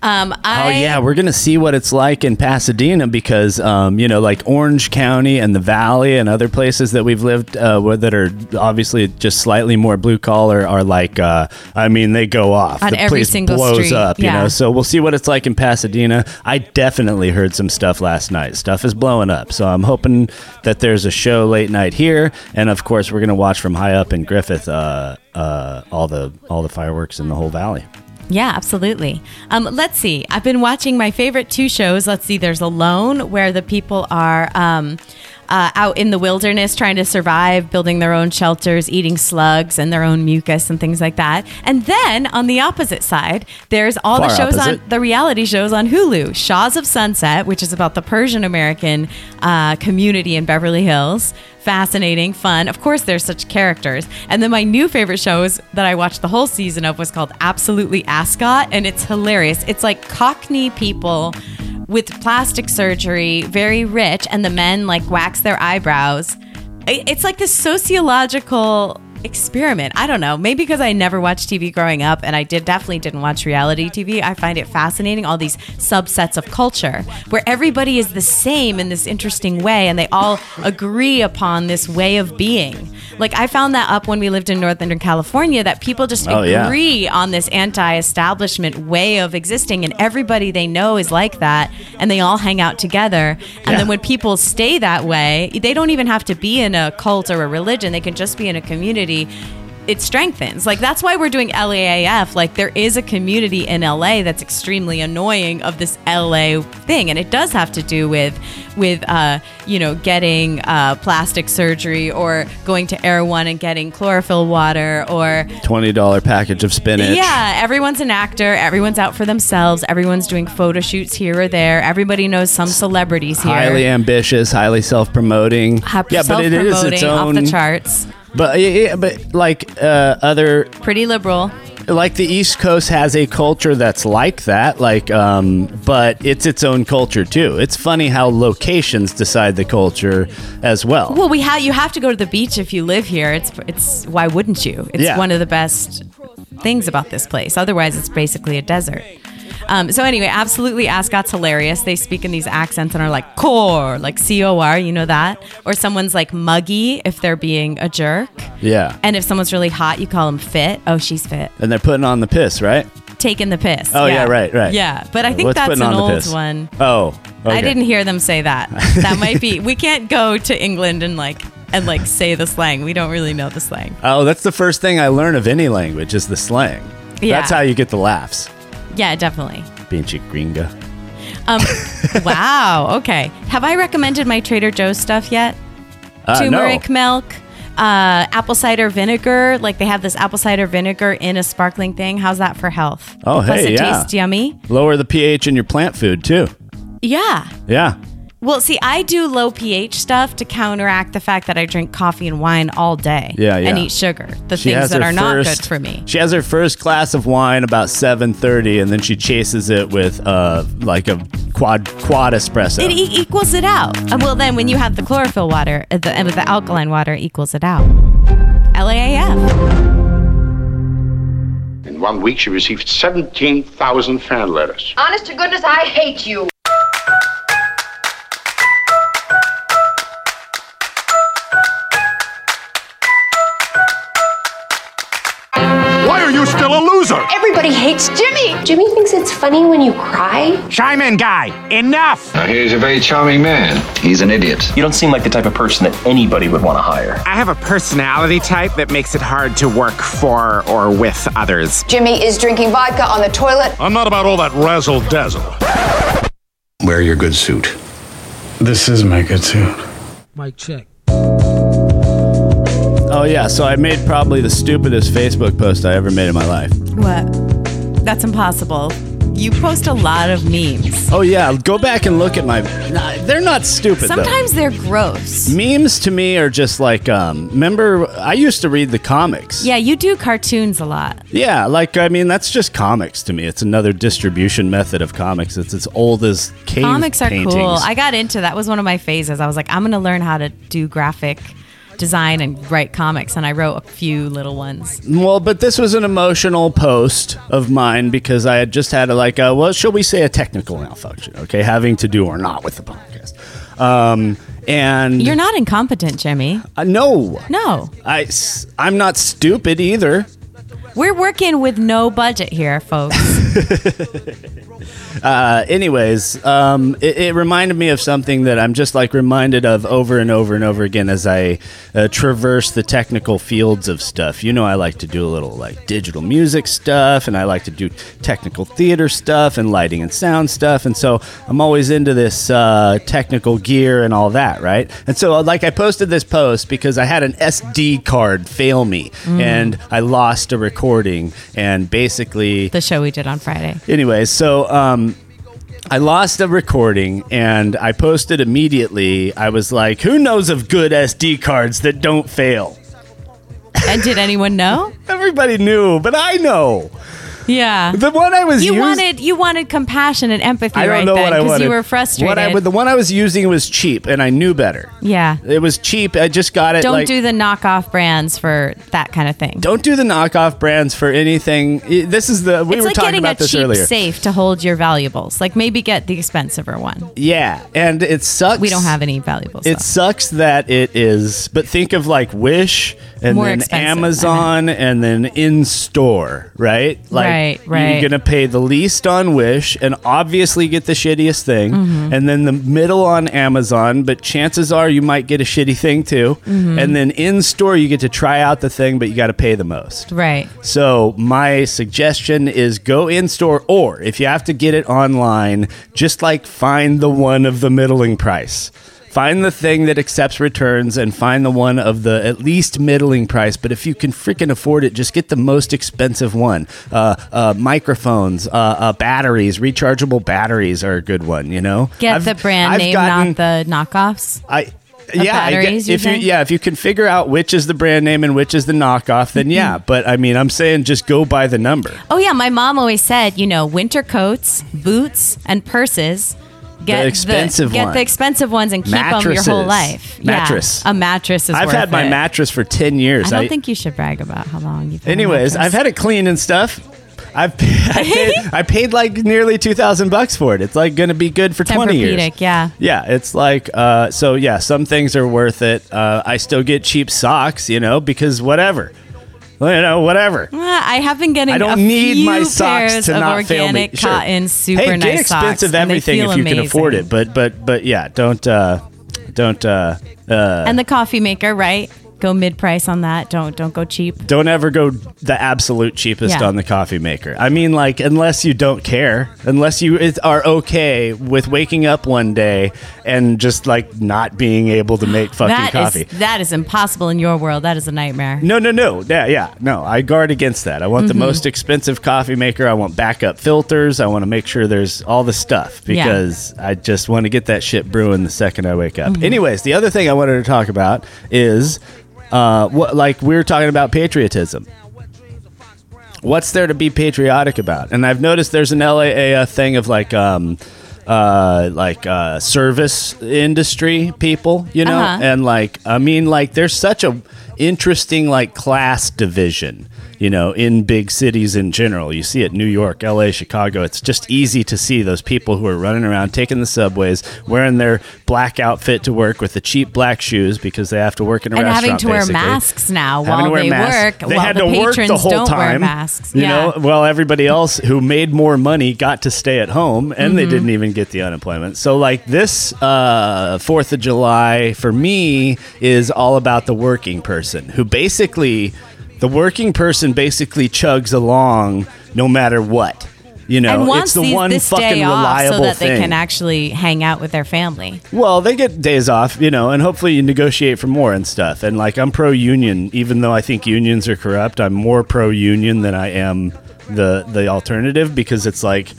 [SPEAKER 3] Um, I,
[SPEAKER 2] Oh yeah, we're gonna see what it's like in Pasadena because um, you know, like Orange County and the Valley and other places that we've lived uh, where, that are obviously just slightly more blue collar are like, uh, I mean, they go off.
[SPEAKER 3] On
[SPEAKER 2] the
[SPEAKER 3] every
[SPEAKER 2] place
[SPEAKER 3] single
[SPEAKER 2] blows
[SPEAKER 3] street,
[SPEAKER 2] up, you
[SPEAKER 3] yeah.
[SPEAKER 2] know. So we'll see what it's like in Pasadena. I definitely heard some stuff last night. Stuff is blowing up, so I'm hoping that there's a show late night here, and of course, we're gonna watch from high up in Griffith uh, uh, all the all the fireworks in the whole valley.
[SPEAKER 3] Yeah, absolutely. Um, let's see. I've been watching my favorite two shows. Let's see. There's Alone, where the people are um, uh, out in the wilderness trying to survive, building their own shelters, eating slugs and their own mucus and things like that. And then on the opposite side, there's all the
[SPEAKER 13] Far
[SPEAKER 3] shows on
[SPEAKER 13] opposite.
[SPEAKER 3] the reality shows on Hulu. Shaws of Sunset, which is about the Persian American uh, community in Beverly Hills. Fascinating, fun. Of course, there's such characters. And then my new favorite shows that I watched the whole season of was called Absolutely Ascot, and it's hilarious. It's like Cockney people with plastic surgery, very rich, and the men like wax their eyebrows. I- It's like this sociological experiment. I don't know. Maybe because I never watched TV growing up and I did definitely didn't watch reality TV. I find it fascinating all these subsets of culture where everybody is the same in this interesting way and they all agree upon this way of being. Like I found that up when we lived in Northern California that people just
[SPEAKER 13] Oh, yeah.
[SPEAKER 3] agree on this anti-establishment way of existing and everybody they know is like that and they all hang out together and then when people stay that way they don't even have to be in a cult or a religion they can just be in a community it strengthens like that's why we're doing LAAF like there is a community in LA that's extremely annoying of this LA thing and it does have to do with with uh you know getting uh plastic surgery or going to Air 1 and getting chlorophyll water or
[SPEAKER 2] Twenty dollar package of spinach.
[SPEAKER 3] yeah, everyone's an actor. Everyone's out for themselves. Everyone's doing photo shoots here or there. Everybody knows some celebrities here.
[SPEAKER 2] highly ambitious, highly self-promoting.
[SPEAKER 3] Happy self-promoting, off the charts.
[SPEAKER 2] But yeah, yeah, but like uh, other
[SPEAKER 3] pretty liberal.
[SPEAKER 2] Like the East Coast has a culture that's like that, like um, but it's its own culture too. It's funny how locations decide the culture as well.
[SPEAKER 3] Well, we have you have to go to the beach if you live here. It's it's why wouldn't you? It's
[SPEAKER 2] Yeah.
[SPEAKER 3] one of the best things about this place. Otherwise, it's basically a desert. Um, so anyway, absolutely, Ascot's hilarious. They speak in these accents and are like core, like C O R, you know that, or someone's like muggy if they're being a jerk,
[SPEAKER 2] Yeah,
[SPEAKER 3] and if someone's really hot, you call them fit. Oh, she's fit.
[SPEAKER 2] and they're putting on the piss, right?
[SPEAKER 3] taking the piss.
[SPEAKER 2] Oh, yeah, right, right.
[SPEAKER 3] Yeah, but I think
[SPEAKER 2] What's
[SPEAKER 3] that's
[SPEAKER 2] putting
[SPEAKER 3] an
[SPEAKER 2] on the
[SPEAKER 3] old
[SPEAKER 2] piss?
[SPEAKER 3] one.
[SPEAKER 2] Oh, okay.
[SPEAKER 3] I didn't hear them say that. That might be. We can't go to England and like and like say the slang. We don't really know the slang.
[SPEAKER 2] Oh, that's the first thing I learn of any language is the slang.
[SPEAKER 3] Yeah.
[SPEAKER 2] That's how you get the laughs.
[SPEAKER 3] Yeah, definitely.
[SPEAKER 2] Pinche gringa.
[SPEAKER 3] Um, wow. Okay. Have I recommended my Trader Joe's stuff yet?
[SPEAKER 2] Uh, no.
[SPEAKER 3] Turmeric milk. Uh, apple cider vinegar, like they have this apple cider vinegar in a sparkling thing. How's that for health?
[SPEAKER 2] Oh,
[SPEAKER 3] Plus
[SPEAKER 2] hey,
[SPEAKER 3] it
[SPEAKER 2] yeah.
[SPEAKER 3] tastes yummy.
[SPEAKER 2] Lower the pH in your plant food too.
[SPEAKER 3] Yeah,
[SPEAKER 2] Yeah.
[SPEAKER 3] Well, see, I do low pH stuff to counteract the fact that I drink coffee and wine all day.
[SPEAKER 2] Yeah, yeah.
[SPEAKER 3] And eat sugar, the
[SPEAKER 2] She
[SPEAKER 3] things
[SPEAKER 2] has
[SPEAKER 3] that
[SPEAKER 2] her
[SPEAKER 3] are not good
[SPEAKER 2] first-
[SPEAKER 3] for me.
[SPEAKER 2] She has her first glass of wine about 7:30 and then she chases it with uh like a quad quad espresso.
[SPEAKER 3] It e- equals it out. And well, then when you have the chlorophyll water at the end with the alkaline water, it equals it out. LAAF.
[SPEAKER 13] In one week, she received 17,000 fan letters.
[SPEAKER 10] Honest to goodness, I hate you.
[SPEAKER 16] Why are you still a loser?
[SPEAKER 17] Everybody hates Jimmy. Jimmy thinks it's funny when you cry.
[SPEAKER 18] Simon guy, enough!
[SPEAKER 4] Now, he's a very charming man. He's an idiot. You don't seem like the type of person that anybody would want to hire.
[SPEAKER 18] I have a personality type that makes it hard to work for or with others.
[SPEAKER 17] Jimmy is drinking vodka on the toilet.
[SPEAKER 16] I'm not about all that razzle dazzle.
[SPEAKER 19] Wear your good suit. This is my good suit.
[SPEAKER 20] Mike, check.
[SPEAKER 2] Oh yeah, so I made probably the stupidest Facebook post I ever made in my life.
[SPEAKER 3] What? That's impossible. You post a lot of memes.
[SPEAKER 2] Oh yeah, go back and look at my Nah, they're not stupid though.
[SPEAKER 3] Sometimes they're gross.
[SPEAKER 2] Memes to me are just like um remember I used to read the comics.
[SPEAKER 3] Yeah, you do cartoons a lot.
[SPEAKER 2] Yeah, like I mean, that's just comics to me. It's another distribution method of comics. It's as old as cave
[SPEAKER 3] Comics are
[SPEAKER 2] paintings.
[SPEAKER 3] cool. I got into that was one of my phases. I was like, I'm gonna learn how to do graphic design and write comics, and I wrote a few little ones.
[SPEAKER 2] well, but this was an emotional post of mine because I had just had a, like a well, shall we say a technical malfunction? Okay, having to do or not with the podcast. Um, and
[SPEAKER 3] You're not incompetent, Jimmy.
[SPEAKER 2] Uh, no,
[SPEAKER 3] No,
[SPEAKER 2] I s- I'm not stupid either.
[SPEAKER 3] we're working with no budget here, folks.
[SPEAKER 2] Uh, anyways, um, it, it reminded me of something that I'm just like reminded of over and over and over again as I uh, traverse the technical fields of stuff. You know, I like to do a little like digital music stuff, and I like to do technical theater stuff, and lighting and sound stuff, and so I'm always into this uh, technical gear and all that, right? And so, like, I posted this post because I had an SD card fail me,
[SPEAKER 3] Mm.
[SPEAKER 2] and I lost a recording, and basically
[SPEAKER 3] the show we did on Friday.
[SPEAKER 2] Anyway, so um, I lost a recording and I posted immediately. I was like, "Who knows of good SD cards that don't fail?"
[SPEAKER 3] And did anyone know?
[SPEAKER 2] Everybody knew, but I know.
[SPEAKER 3] Yeah,
[SPEAKER 2] the one I was
[SPEAKER 3] you
[SPEAKER 2] used-
[SPEAKER 3] wanted you wanted compassion and empathy
[SPEAKER 2] I don't
[SPEAKER 3] right
[SPEAKER 2] know
[SPEAKER 3] then
[SPEAKER 2] what I
[SPEAKER 3] because
[SPEAKER 2] wanted.
[SPEAKER 3] you were frustrated.
[SPEAKER 2] What I, but the one I was using was cheap, and I knew better.
[SPEAKER 3] yeah,
[SPEAKER 2] It was cheap. I just got it.
[SPEAKER 3] don't
[SPEAKER 2] like,
[SPEAKER 3] do the knockoff brands for that kind of thing.
[SPEAKER 2] Don't do the knockoff brands for anything. I- This is the we
[SPEAKER 3] it's
[SPEAKER 2] were
[SPEAKER 3] like
[SPEAKER 2] talking
[SPEAKER 3] getting
[SPEAKER 2] about
[SPEAKER 3] a
[SPEAKER 2] this
[SPEAKER 3] cheap
[SPEAKER 2] earlier.
[SPEAKER 3] safe to hold your valuables. Like maybe get the expensiver one.
[SPEAKER 2] Yeah, and it sucks.
[SPEAKER 3] We don't have any valuables.
[SPEAKER 2] It sucks that it is, but think of like Wish and
[SPEAKER 3] More
[SPEAKER 2] then
[SPEAKER 3] expensive, I
[SPEAKER 2] Amazon and then in store, right? Like
[SPEAKER 3] Right,
[SPEAKER 2] you're
[SPEAKER 3] right.
[SPEAKER 2] gonna pay the least on Wish and obviously get the shittiest thing,
[SPEAKER 3] Mhm.
[SPEAKER 2] and then the middle on Amazon, but chances are you might get a shitty thing too,
[SPEAKER 3] Mhm.
[SPEAKER 2] and then in store you get to try out the thing, but you got to pay the most.
[SPEAKER 3] Right.
[SPEAKER 2] So my suggestion is go in store, or if you have to get it online, just like find the one of the middling price. Find the thing that accepts returns and find the one of the at least middling price. But if you can freaking afford it, just get the most expensive one. Uh, uh, microphones, uh, uh, batteries, rechargeable batteries are a good one, you know?
[SPEAKER 3] Get
[SPEAKER 2] I've-
[SPEAKER 3] the brand
[SPEAKER 2] I've
[SPEAKER 3] name,
[SPEAKER 2] gotten-
[SPEAKER 3] not the knockoffs.
[SPEAKER 2] I
[SPEAKER 3] Of
[SPEAKER 2] yeah, I
[SPEAKER 3] batteries,
[SPEAKER 2] guess-
[SPEAKER 3] you
[SPEAKER 2] if you,
[SPEAKER 3] think?
[SPEAKER 2] yeah, if you can figure out which is the brand name and which is the knockoff, then yeah. But I mean, I'm saying just go by the number.
[SPEAKER 3] Oh yeah, my mom always said, you know, winter coats, boots, and purses. Get
[SPEAKER 2] expensive
[SPEAKER 3] get
[SPEAKER 2] one.
[SPEAKER 3] the expensive ones and keep them your whole
[SPEAKER 2] Mattresses.
[SPEAKER 3] life. Yeah,
[SPEAKER 2] Mattress.
[SPEAKER 3] a mattress is.
[SPEAKER 2] I've
[SPEAKER 3] worth
[SPEAKER 2] had my
[SPEAKER 3] it.
[SPEAKER 2] mattress for ten years.
[SPEAKER 3] I don't think you should brag about how long you've. Had a
[SPEAKER 2] Anyways,
[SPEAKER 3] mattress.
[SPEAKER 2] I've had it clean and stuff. I've I paid, I paid like nearly two thousand bucks for it. It's like going to be good for twenty years.
[SPEAKER 3] Tempur-Pedic, yeah.
[SPEAKER 2] Yeah, it's like uh, so. Yeah, some things are worth it. Uh, I still get cheap socks, you know, because whatever, you know, whatever.
[SPEAKER 3] Uh, I have been getting.
[SPEAKER 2] I don't
[SPEAKER 3] a
[SPEAKER 2] need
[SPEAKER 3] few
[SPEAKER 2] my socks
[SPEAKER 3] pairs
[SPEAKER 2] to
[SPEAKER 3] of
[SPEAKER 2] not fail me.
[SPEAKER 3] organic
[SPEAKER 2] Sure.
[SPEAKER 3] cotton, super
[SPEAKER 2] hey,
[SPEAKER 3] nice
[SPEAKER 2] get expensive
[SPEAKER 3] socks, and they
[SPEAKER 2] everything
[SPEAKER 3] feel
[SPEAKER 2] if you can afford
[SPEAKER 3] amazing.
[SPEAKER 2] it, but but but yeah, don't uh, don't uh, uh,
[SPEAKER 3] And the coffee maker, right? Go mid price on that. Don't don't go cheap.
[SPEAKER 2] Don't ever go the absolute cheapest
[SPEAKER 3] Yeah.
[SPEAKER 2] on the coffee maker. I mean, like, unless you don't care, unless you is- are okay with waking up one day and just like not being able to make fucking
[SPEAKER 3] That is-
[SPEAKER 2] coffee.
[SPEAKER 3] that is impossible in your world. That is a nightmare.
[SPEAKER 2] No, no, no. Yeah, yeah. No, I guard against that. I want
[SPEAKER 3] Mhm.
[SPEAKER 2] the most expensive coffee maker. I want backup filters. I want to make sure there's all the stuff
[SPEAKER 3] Yeah.
[SPEAKER 2] because I just want to get that shit brewing the second I wake up. Anyways, the other thing I wanted to talk about is uh, what, like, we were talking about patriotism. What's there to be patriotic about? And I've noticed there's an LAAF uh, thing of like, um, uh, like uh, service industry people, you know,
[SPEAKER 20] Uh-huh.
[SPEAKER 2] and like I mean, like there's such a interesting like class division, you know, in big cities in general. You see it New York, L.A., Chicago. It's just easy to see those people who are running around taking the subways, wearing their black outfit to work with the cheap black shoes because they have to work in a
[SPEAKER 3] and
[SPEAKER 2] restaurant.
[SPEAKER 3] having to wear
[SPEAKER 2] basically.
[SPEAKER 3] masks now
[SPEAKER 2] Having to
[SPEAKER 3] while
[SPEAKER 2] wear
[SPEAKER 3] they
[SPEAKER 2] masks.
[SPEAKER 3] work.
[SPEAKER 2] They
[SPEAKER 3] while
[SPEAKER 2] had
[SPEAKER 3] the
[SPEAKER 2] to work
[SPEAKER 3] patrons
[SPEAKER 2] the whole
[SPEAKER 3] don't
[SPEAKER 2] time.
[SPEAKER 3] wear masks.
[SPEAKER 2] You
[SPEAKER 3] yeah.
[SPEAKER 2] know, well, everybody else who made more money got to stay at home, and they
[SPEAKER 3] Mhm.
[SPEAKER 2] didn't even get the unemployment. So, like this uh, Fourth of July for me is all about the working person who basically, the working person basically chugs along no matter what. You know,
[SPEAKER 3] and
[SPEAKER 2] it's
[SPEAKER 3] wants
[SPEAKER 2] the
[SPEAKER 3] these,
[SPEAKER 2] one
[SPEAKER 3] this
[SPEAKER 2] fucking
[SPEAKER 3] day off
[SPEAKER 2] reliable
[SPEAKER 3] so that
[SPEAKER 2] thing.
[SPEAKER 3] they can actually hang out with their family.
[SPEAKER 2] Well, they get days off, you know, and hopefully you negotiate for more and stuff. And like, I'm pro union, even though I think unions are corrupt. I'm more pro union than I am the the alternative because it's like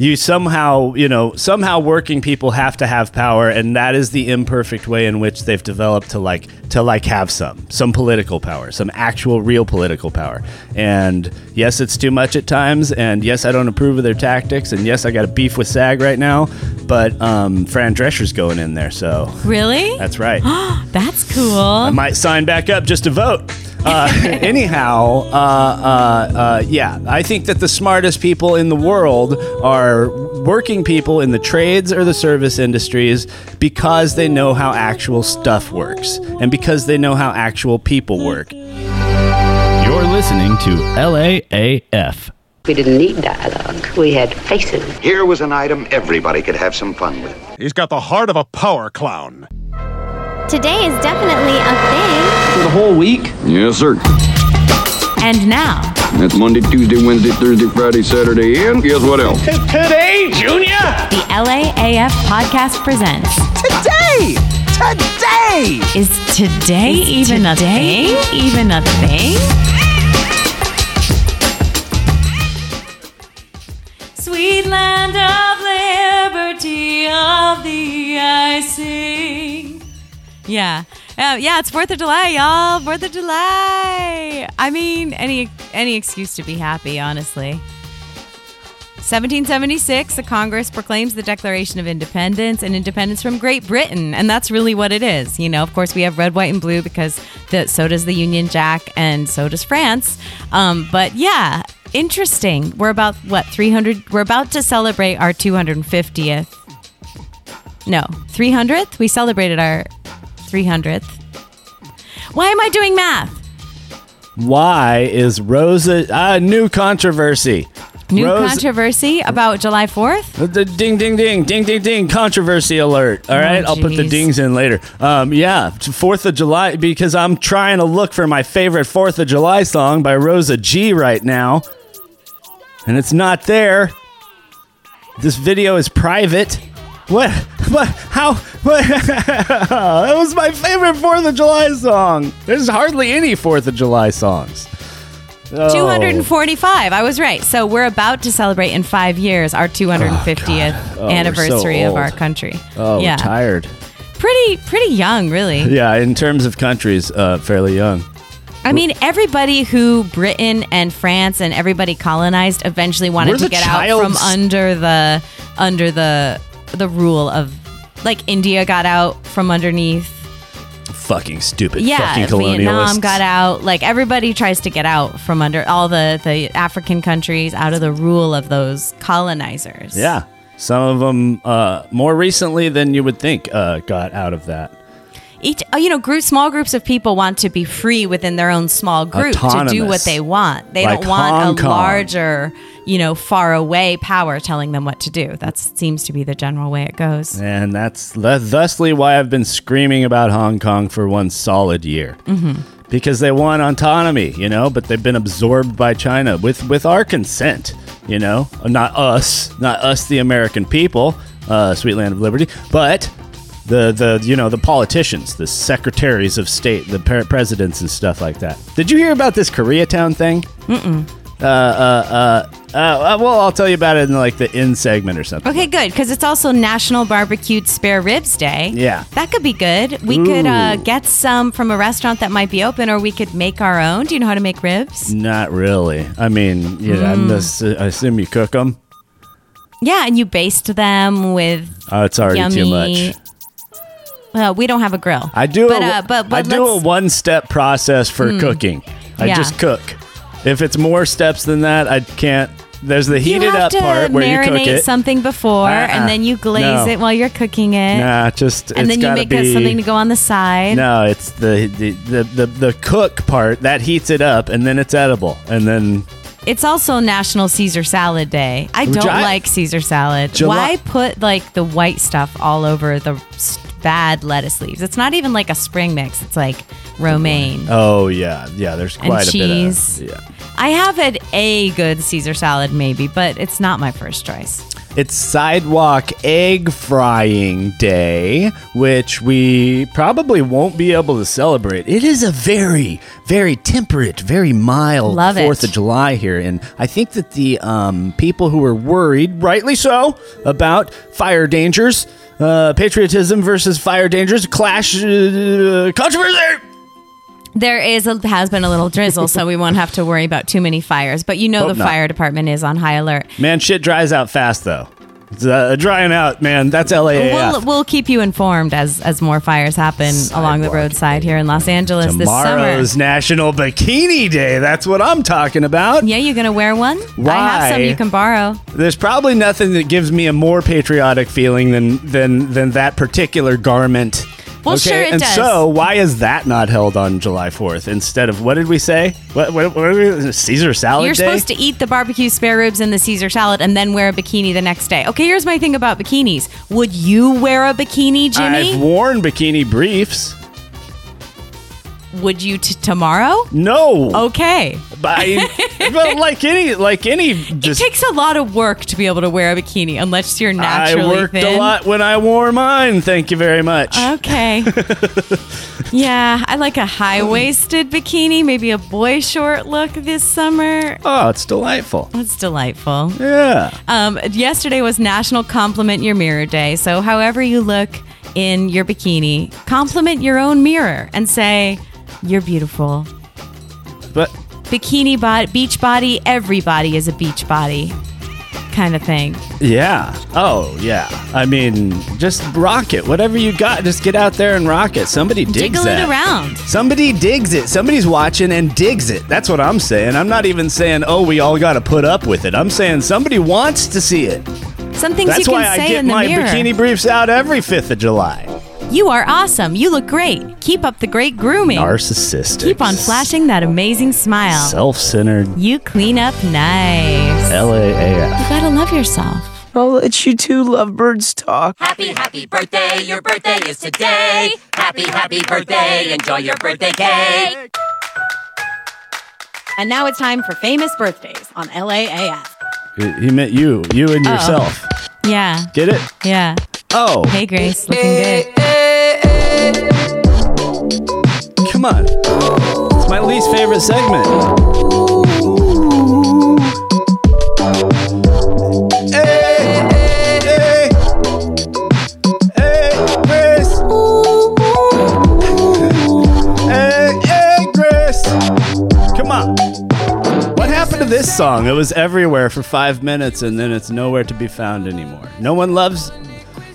[SPEAKER 2] you somehow, you know, somehow working people have to have power, and that is the imperfect way in which they've developed to like to like have some some political power, some actual real political power. And yes, it's too much at times, and yes, I don't approve of their tactics, and yes, I got a beef with SAG right now, but um, Fran Drescher's going in there, so
[SPEAKER 3] Really?
[SPEAKER 2] that's right.
[SPEAKER 3] That's cool.
[SPEAKER 2] I might sign back up just to vote. Uh, anyhow, uh, uh, uh, yeah, I think that the smartest people in the world are working people in the trades or the service industries because they know how actual stuff works and because they know how actual people work.
[SPEAKER 11] You're listening to LAAF.
[SPEAKER 21] We didn't need dialogue. We had faces.
[SPEAKER 13] Here was an item everybody could have some fun with. He's got the heart of a power clown.
[SPEAKER 22] Today is definitely a
[SPEAKER 4] For the whole week? Yes, sir.
[SPEAKER 22] thing. And now.
[SPEAKER 4] That's Monday, Tuesday, Wednesday, Thursday, Friday, Saturday, and guess what else?
[SPEAKER 22] Today, Junior! The LAAF podcast presents. Today! Today! Is
[SPEAKER 3] Today even a thing? Even a thing? Sweet land of liberty of the I sing. Yeah. Uh, yeah, it's 4th of July, y'all. 4th of July. I mean, any any excuse to be happy, honestly. 1776, the Congress proclaims the Declaration of Independence and independence from Great Britain. And that's really what it is. You know, of course, we have red, white, and blue because the, so does the Union Jack and so does France. Um, but yeah, interesting. We're about, what, 300? We're about to celebrate our 250th. No, 300th? We celebrated our 300th. Why am I doing math?
[SPEAKER 2] Why is Rosa a new controversy?
[SPEAKER 3] New
[SPEAKER 2] Rosa-
[SPEAKER 3] controversy about July 4th?
[SPEAKER 2] Uh, The ding, ding, ding, ding, ding, ding. Controversy alert. All right, I'll put the
[SPEAKER 3] Oh, jeez.
[SPEAKER 2] dings in later. Um, yeah, it's Fourth of July because I'm trying to look for my favorite Fourth of July song by Rosa G right now, and it's not there. This video is private. What? What? How? What? that was my favorite Fourth of July song. There's hardly any Fourth of July songs. Oh.
[SPEAKER 3] 245. I was right. So we're about to celebrate in five years our 250th
[SPEAKER 2] Oh, we're so
[SPEAKER 3] anniversary of
[SPEAKER 2] old.
[SPEAKER 3] our country.
[SPEAKER 2] Oh,
[SPEAKER 3] yeah,
[SPEAKER 2] tired.
[SPEAKER 3] pretty pretty young, really.
[SPEAKER 2] Yeah, in terms of countries, uh, fairly young.
[SPEAKER 3] I mean, everybody who Britain and France and everybody colonized eventually wanted
[SPEAKER 2] We're
[SPEAKER 3] to
[SPEAKER 2] the
[SPEAKER 3] get out from
[SPEAKER 2] child's-
[SPEAKER 3] under the under the the rule of like India got out from underneath.
[SPEAKER 2] Fucking stupid.
[SPEAKER 3] Yeah,
[SPEAKER 2] fucking colonialists.
[SPEAKER 3] Vietnam got out. Like everybody tries to get out from under all the the African countries out of the rule of those colonizers.
[SPEAKER 2] Yeah, some of them uh, more recently than you would think uh, got out of that.
[SPEAKER 3] each uh, you know group small groups of people want to be free within their own small group to do
[SPEAKER 12] Autonomous.
[SPEAKER 3] what they want they
[SPEAKER 12] Like
[SPEAKER 3] don't want
[SPEAKER 12] Hong
[SPEAKER 3] a
[SPEAKER 12] Kong.
[SPEAKER 3] larger you know far away power telling them what to do that seems to be the general way it goes
[SPEAKER 2] And that's th- thusly why I've been screaming about Hong Kong for one solid year.
[SPEAKER 3] Mhm.
[SPEAKER 2] Because they want autonomy, you know, but they've been absorbed by China with, with our consent, you know, Uh, not us, not us, the American people, uh, sweet land of liberty, but the, the you know the politicians, the secretaries of state, the pre- presidents and stuff like that. Did you hear about this Koreatown thing?
[SPEAKER 3] Mm-mm.
[SPEAKER 2] Uh, uh, uh, uh, well, I'll tell you about it in like the end segment or something.
[SPEAKER 3] okay good because it's also national barbecued spare ribs day
[SPEAKER 2] Yeah.
[SPEAKER 3] that could be good we could uh,
[SPEAKER 2] Ooh.
[SPEAKER 3] get some from a restaurant that might be open or we could make our own do you know how to make ribs
[SPEAKER 2] Not really. I mean, you know,
[SPEAKER 3] Hmm.
[SPEAKER 2] I'm just- I assume you cook them.
[SPEAKER 3] yeah and you baste them with
[SPEAKER 2] Oh, it's already
[SPEAKER 3] yummy.
[SPEAKER 2] too much.
[SPEAKER 3] Well, we don't have a grill.
[SPEAKER 2] I do.
[SPEAKER 3] But,
[SPEAKER 2] a,
[SPEAKER 3] uh, but-
[SPEAKER 2] I
[SPEAKER 3] but
[SPEAKER 2] do a
[SPEAKER 3] let's-
[SPEAKER 2] one step process for
[SPEAKER 3] Mm.
[SPEAKER 2] cooking. I
[SPEAKER 3] Yeah.
[SPEAKER 2] just cook. If it's more steps than that, I can't. There's the heat
[SPEAKER 3] you
[SPEAKER 2] it
[SPEAKER 3] have
[SPEAKER 2] up
[SPEAKER 3] to
[SPEAKER 2] part where you
[SPEAKER 3] marinate
[SPEAKER 2] cook it.
[SPEAKER 3] something before,
[SPEAKER 2] Uh-uh.
[SPEAKER 3] and then you
[SPEAKER 2] No.
[SPEAKER 3] glaze it while you're cooking it,
[SPEAKER 2] nah, just
[SPEAKER 3] and
[SPEAKER 2] it's
[SPEAKER 3] then you
[SPEAKER 2] gotta
[SPEAKER 3] make
[SPEAKER 2] be,
[SPEAKER 3] us something to go on the side.
[SPEAKER 2] No, it's the the, the the the cook part that heats it up, and then it's edible, and then
[SPEAKER 3] It's also National Caesar Salad Day. I
[SPEAKER 2] Would
[SPEAKER 3] don't
[SPEAKER 2] you- I-
[SPEAKER 3] like Caesar salad.
[SPEAKER 2] July-
[SPEAKER 3] Why put like the white stuff all over the s- bad lettuce leaves? It's not even like a spring mix. It's like romaine.
[SPEAKER 2] oh yeah, yeah. There's
[SPEAKER 3] And
[SPEAKER 2] quite
[SPEAKER 3] cheese.
[SPEAKER 2] a bit of yeah.
[SPEAKER 3] I have had a good Caesar salad maybe, but it's not my first choice.
[SPEAKER 2] It's Sidewalk Egg Frying Day, which we probably won't be able to celebrate. It is a very, very temperate, very mild
[SPEAKER 3] Love it.
[SPEAKER 2] Fourth of July here, and I think that the um, people who are worried, rightly so, about fire dangers, uh, patriotism versus fire dangers clash uh, controversy.
[SPEAKER 3] There is a, has been a little drizzle, so we won't have to worry about too many fires. But you know
[SPEAKER 2] Hope
[SPEAKER 3] the
[SPEAKER 2] not.
[SPEAKER 3] fire department is on high alert.
[SPEAKER 2] Man, shit dries out fast though. It's, uh, drying out, man. That's LAAF.
[SPEAKER 3] We'll, we'll keep you informed as as more fires happen along the roadside here in Los Angeles this
[SPEAKER 2] Tomorrow's
[SPEAKER 3] summer.
[SPEAKER 2] National Bikini Day. That's what I'm talking about.
[SPEAKER 3] Yeah, you gonna wear one? I have some
[SPEAKER 2] Why?
[SPEAKER 3] you can borrow.
[SPEAKER 2] There's probably nothing that gives me a more patriotic feeling than than than that particular garment.
[SPEAKER 3] Well, sure it
[SPEAKER 2] and
[SPEAKER 3] does.
[SPEAKER 2] so why is that not held on July 4th instead of what did we say? What what, what did we, Caesar salad
[SPEAKER 3] You're
[SPEAKER 2] day?
[SPEAKER 3] supposed to eat the barbecue spare ribs and the Caesar salad and then wear a bikini the next day. Okay, here's my thing about bikinis. Would you wear a bikini, Jimmy?
[SPEAKER 2] I've worn bikini briefs.
[SPEAKER 3] Would you t- tomorrow?
[SPEAKER 2] No.
[SPEAKER 3] Okay.
[SPEAKER 2] But, I- but like any like any just
[SPEAKER 3] it takes a lot of work to be able to wear a bikini unless you're
[SPEAKER 2] I
[SPEAKER 3] naturally Uh-huh.
[SPEAKER 2] worked
[SPEAKER 3] thin.
[SPEAKER 2] a lot when I wore mine. Thank you very much.
[SPEAKER 3] Okay. yeah, I like a high waisted bikini, maybe a boy short look this summer.
[SPEAKER 2] Oh, it's delightful.
[SPEAKER 3] That's delightful.
[SPEAKER 2] Yeah.
[SPEAKER 3] Um, yesterday was National Compliment Your Mirror Day. So, however you look in your bikini, compliment your own mirror and say, You're beautiful.
[SPEAKER 2] But
[SPEAKER 3] Bikini body, beach body, everybody is a beach body kind of thing.
[SPEAKER 2] Yeah. Oh, yeah. I mean, just rock it. Whatever you got, just get out there and rock it. Somebody digs
[SPEAKER 3] Jiggle
[SPEAKER 2] that.
[SPEAKER 3] it around.
[SPEAKER 2] Somebody digs it. Somebody's watching and digs it. That's what I'm saying. I'm not even saying, oh, we all got to put up with it. I'm saying somebody wants to see it.
[SPEAKER 3] Some things
[SPEAKER 2] That's
[SPEAKER 3] you can
[SPEAKER 2] why
[SPEAKER 3] say
[SPEAKER 2] I get
[SPEAKER 3] in the
[SPEAKER 2] my
[SPEAKER 3] mirror.
[SPEAKER 2] bikini briefs out every 5th of July.
[SPEAKER 3] You are awesome. You look great. Keep up the great grooming.
[SPEAKER 2] Narcissistic.
[SPEAKER 3] Keep on flashing that amazing smile.
[SPEAKER 2] Self centered
[SPEAKER 3] you clean up nice.
[SPEAKER 2] LAAF.
[SPEAKER 3] You gotta love yourself.
[SPEAKER 5] I'll let you two lovebirds talk.
[SPEAKER 20] Happy, happy birthday. Your birthday is today. Happy, happy birthday. Enjoy your birthday cake.
[SPEAKER 3] And now it's time for famous birthdays on LAAF.
[SPEAKER 2] He meant you, you and
[SPEAKER 3] Oh.
[SPEAKER 2] yourself.
[SPEAKER 3] Yeah.
[SPEAKER 2] Get it?
[SPEAKER 3] Yeah.
[SPEAKER 2] Oh.
[SPEAKER 3] Hey, Grace. Looking good.
[SPEAKER 2] Come on. It's my least favorite segment. Hey, hey, Chris. Come on. What happened to this song? It was everywhere for five minutes and then it's nowhere to be found anymore. No one loves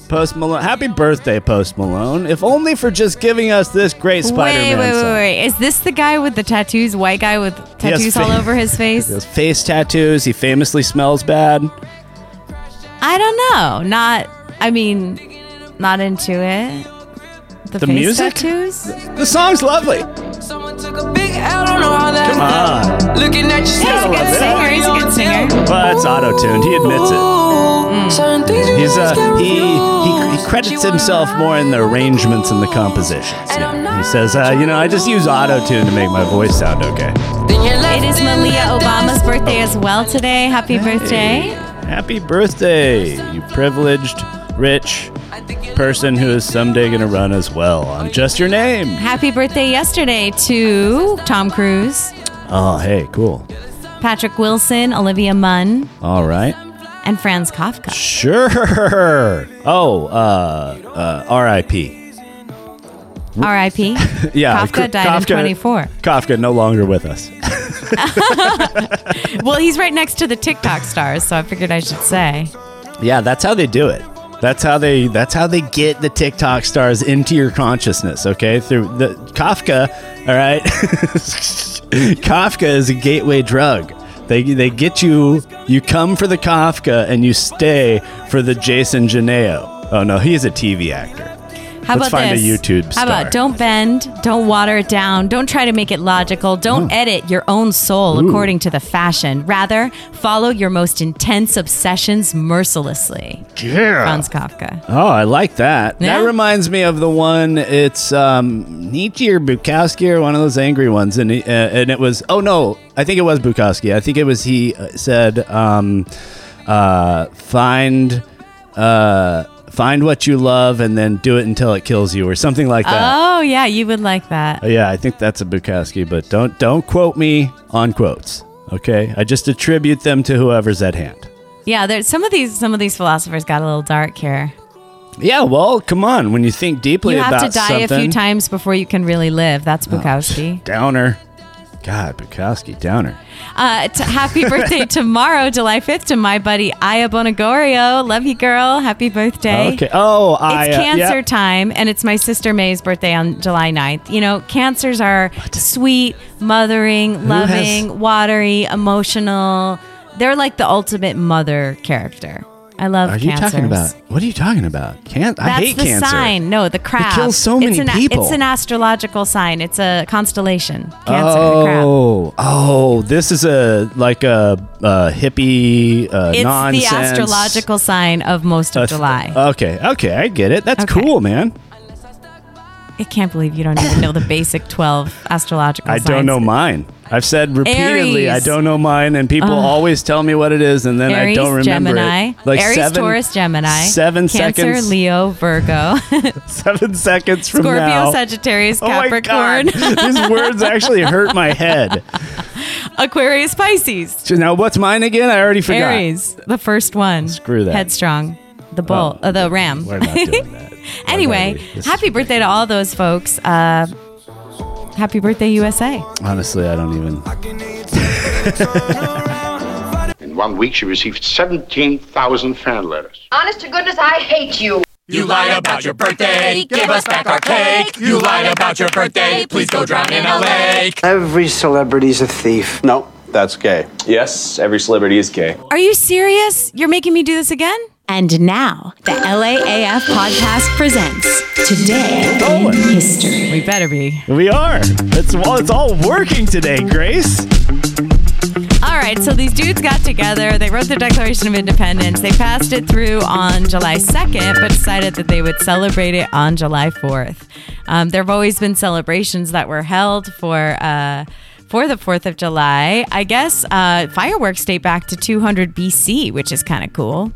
[SPEAKER 2] Post Malone. Happy birthday, Post Malone. If only for just giving us this great Spider
[SPEAKER 3] wait,
[SPEAKER 2] Man
[SPEAKER 3] wait,
[SPEAKER 2] song.
[SPEAKER 3] wait, wait. Is this the guy with the tattoos? White guy with
[SPEAKER 2] He has
[SPEAKER 3] tattoos all
[SPEAKER 2] fa-
[SPEAKER 3] over his face?
[SPEAKER 2] He has face tattoos. He famously smells bad.
[SPEAKER 3] I don't know. Not, I mean, not into it. The,
[SPEAKER 2] The
[SPEAKER 3] face
[SPEAKER 2] music?
[SPEAKER 3] tattoos?
[SPEAKER 2] The song's lovely.
[SPEAKER 20] Come
[SPEAKER 2] on.
[SPEAKER 20] Looking at
[SPEAKER 3] He's a good singer. He's a good singer.
[SPEAKER 2] Well, it's auto tuned. He admits it. He's uh, he, he he credits himself more in the arrangements and the compositions. Yeah. He says, uh, you know, I just use auto tune to make my voice sound okay.
[SPEAKER 3] It is Malia Obama's birthday as well today. Happy birthday.
[SPEAKER 2] Happy birthday, you privileged, rich person who is someday going to run as well on just your name.
[SPEAKER 3] Happy birthday yesterday to Tom Cruise,
[SPEAKER 2] Oh, hey, cool.
[SPEAKER 3] Patrick Wilson, Olivia Munn,
[SPEAKER 2] All right.
[SPEAKER 3] and Franz Kafka.
[SPEAKER 2] Sure. Oh, uh, uh, R.I.P.
[SPEAKER 3] R.I.P.
[SPEAKER 2] Yeah,
[SPEAKER 3] Kafka
[SPEAKER 2] K-
[SPEAKER 3] died in 24.
[SPEAKER 2] Kafka no longer with us.
[SPEAKER 3] Well, he's right next to the TikTok stars, so I figured I should say.
[SPEAKER 2] Yeah, that's how they do it. That's how they. That's how they get the TikTok stars into your consciousness. Okay, through the Kafka. All right, Kafka is a gateway drug. They they get you. You come for the Kafka and you stay for the Jason Geneo. Oh no, he is a TV actor.
[SPEAKER 3] How
[SPEAKER 2] Let's
[SPEAKER 3] about
[SPEAKER 2] find a
[SPEAKER 3] this?
[SPEAKER 2] YouTube
[SPEAKER 3] How
[SPEAKER 2] star.
[SPEAKER 3] about don't bend, don't water it down, don't try to make it logical, don't edit your own soul
[SPEAKER 2] Ooh.
[SPEAKER 3] according to the fashion. Rather, follow your most intense obsessions mercilessly.
[SPEAKER 2] Yeah.
[SPEAKER 3] Franz Kafka.
[SPEAKER 2] Oh, I like that.
[SPEAKER 3] Yeah.
[SPEAKER 2] That reminds me of the one. It's um, Nietzsche or Bukowski or one of those angry ones, and he, uh, and it was. Oh no, I think it was Bukowski. I think it was he uh, said, um, uh, "Find, uh, find what you love, and then do it until it kills you," or something like that.
[SPEAKER 3] Oh, yeah, you would like that.
[SPEAKER 2] Yeah, I think that's a Bukowski, but don't don't quote me on quotes. Okay, I just attribute them to whoever's at hand.
[SPEAKER 3] Yeah, there's some of these some of these philosophers got a little dark here.
[SPEAKER 2] Yeah, well, come on. When you think deeply
[SPEAKER 3] You
[SPEAKER 2] about
[SPEAKER 3] have to die a
[SPEAKER 2] something- Oh.
[SPEAKER 3] few times before you can really live. That's Bukowski.
[SPEAKER 2] Downer. God, Bukowski, Downer.
[SPEAKER 3] Uh, t- happy birthday tomorrow, July 5th, to my buddy Aya Bonagorio. Love you, girl. Happy birthday.
[SPEAKER 2] Okay. Oh, I.
[SPEAKER 3] It's cancer time, and it's my sister May's birthday on July 9th. You know, cancers are sweet, mothering, loving, watery, emotional. They're like the ultimate mother character. I love
[SPEAKER 2] Are you
[SPEAKER 3] cancers.
[SPEAKER 2] talking about? What are you talking about? Can I
[SPEAKER 3] That's
[SPEAKER 2] hate
[SPEAKER 3] the
[SPEAKER 2] cancer.
[SPEAKER 3] sign. No, the crab.
[SPEAKER 2] kills so
[SPEAKER 3] it's
[SPEAKER 2] many
[SPEAKER 3] an,
[SPEAKER 2] people.
[SPEAKER 3] It's an astrological sign. It's a constellation. Cancer, the crab.
[SPEAKER 2] Oh, oh, this is a like a, uh hippie uh,
[SPEAKER 3] it's
[SPEAKER 2] nonsense.
[SPEAKER 3] the astrological sign of most of
[SPEAKER 2] Uh,
[SPEAKER 3] July.
[SPEAKER 2] Okay, okay, I get it. That's cool, man.
[SPEAKER 3] I can't believe you don't even know the basic 12 astrological
[SPEAKER 2] I
[SPEAKER 3] signs.
[SPEAKER 2] don't know mine. I've said repeatedly I
[SPEAKER 3] Aries.
[SPEAKER 2] don't know mine, and people
[SPEAKER 3] Ugh.
[SPEAKER 2] always tell me what it is, and then
[SPEAKER 3] Aries,
[SPEAKER 2] I don't remember
[SPEAKER 3] Gemini.
[SPEAKER 2] it. Like
[SPEAKER 3] Aries,
[SPEAKER 2] seven,
[SPEAKER 3] Taurus, Gemini.
[SPEAKER 2] Seven
[SPEAKER 3] Cancer,
[SPEAKER 2] seconds.
[SPEAKER 3] Leo, Virgo.
[SPEAKER 2] seven seconds from
[SPEAKER 3] Scorpio,
[SPEAKER 2] now.
[SPEAKER 3] Sagittarius,
[SPEAKER 2] Oh my
[SPEAKER 3] Capricorn.
[SPEAKER 2] God. These words actually hurt my head.
[SPEAKER 3] Aquarius, Pisces.
[SPEAKER 2] So now what's mine again? I already forgot.
[SPEAKER 3] Aries, the first one.
[SPEAKER 2] Screw that. Oh.
[SPEAKER 3] Headstrong. The bull, uh, the ram.
[SPEAKER 2] We're not doing that.
[SPEAKER 3] anyway,
[SPEAKER 2] This is
[SPEAKER 3] happy birthday to all those folks. Uh, happy birthday, USA.
[SPEAKER 2] Honestly, I don't even.
[SPEAKER 13] In one week, she received 17,000 fan letters.
[SPEAKER 10] Honest to goodness, I hate you.
[SPEAKER 20] You lied about your birthday. Give us back our cake. You lied about your birthday. Please go drown in a lake.
[SPEAKER 23] Every celebrity's a thief. No, that's gay. Yes, every celebrity is gay.
[SPEAKER 3] Are you serious? You're making me do this again?
[SPEAKER 22] And now, the LAAF podcast presents Today in History.
[SPEAKER 3] We better be.
[SPEAKER 2] We are. It's all, it's all working today, Grace.
[SPEAKER 3] All right, so these dudes got together. They wrote the Declaration of Independence. They passed it through on July 2nd, but decided that they would celebrate it on July 4th. Um, there have always been celebrations that were held for. Uh, for the 4th of July, I guess uh, fireworks date back to 200 BC, which is kind of cool.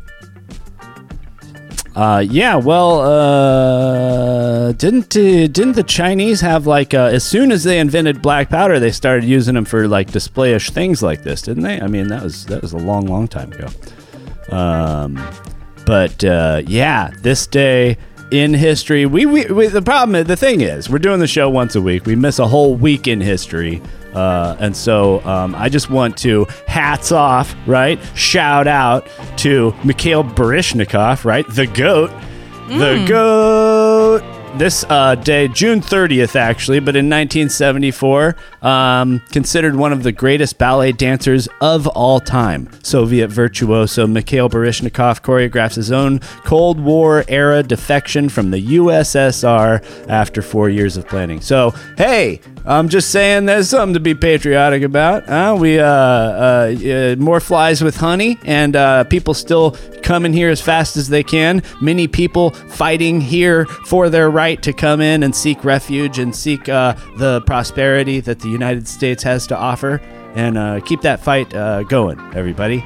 [SPEAKER 2] Uh, yeah, well, uh, didn't uh, didn't the Chinese have like uh, as soon as they invented black powder, they started using them for like displayish things like this, didn't they? I mean, that was that was a long, long time ago. Um, but uh, yeah, this day in history, we, we, we the problem is- the thing is we're doing the show once a week. We miss a whole week in history, uh, and so um, I just want to hats off, right? Shout out to Mikhail Baryshnikov, right? The goat, the goat, this uh, day, June 30th, actually, but in 1974, um, considered one of the greatest ballet dancers of all time. Soviet virtuoso Mikhail Baryshnikov choreographs his own Cold War era defection from the USSR after four years of planning. So, hey, I'm just saying there's something to be patriotic about. Huh? We uh, uh, uh, more flies with honey, and uh, people still coming here as fast as they can. Many people fighting here for their right to come in and seek refuge and seek uh, the prosperity that the United States has to offer. And uh, keep that fight uh, going, everybody.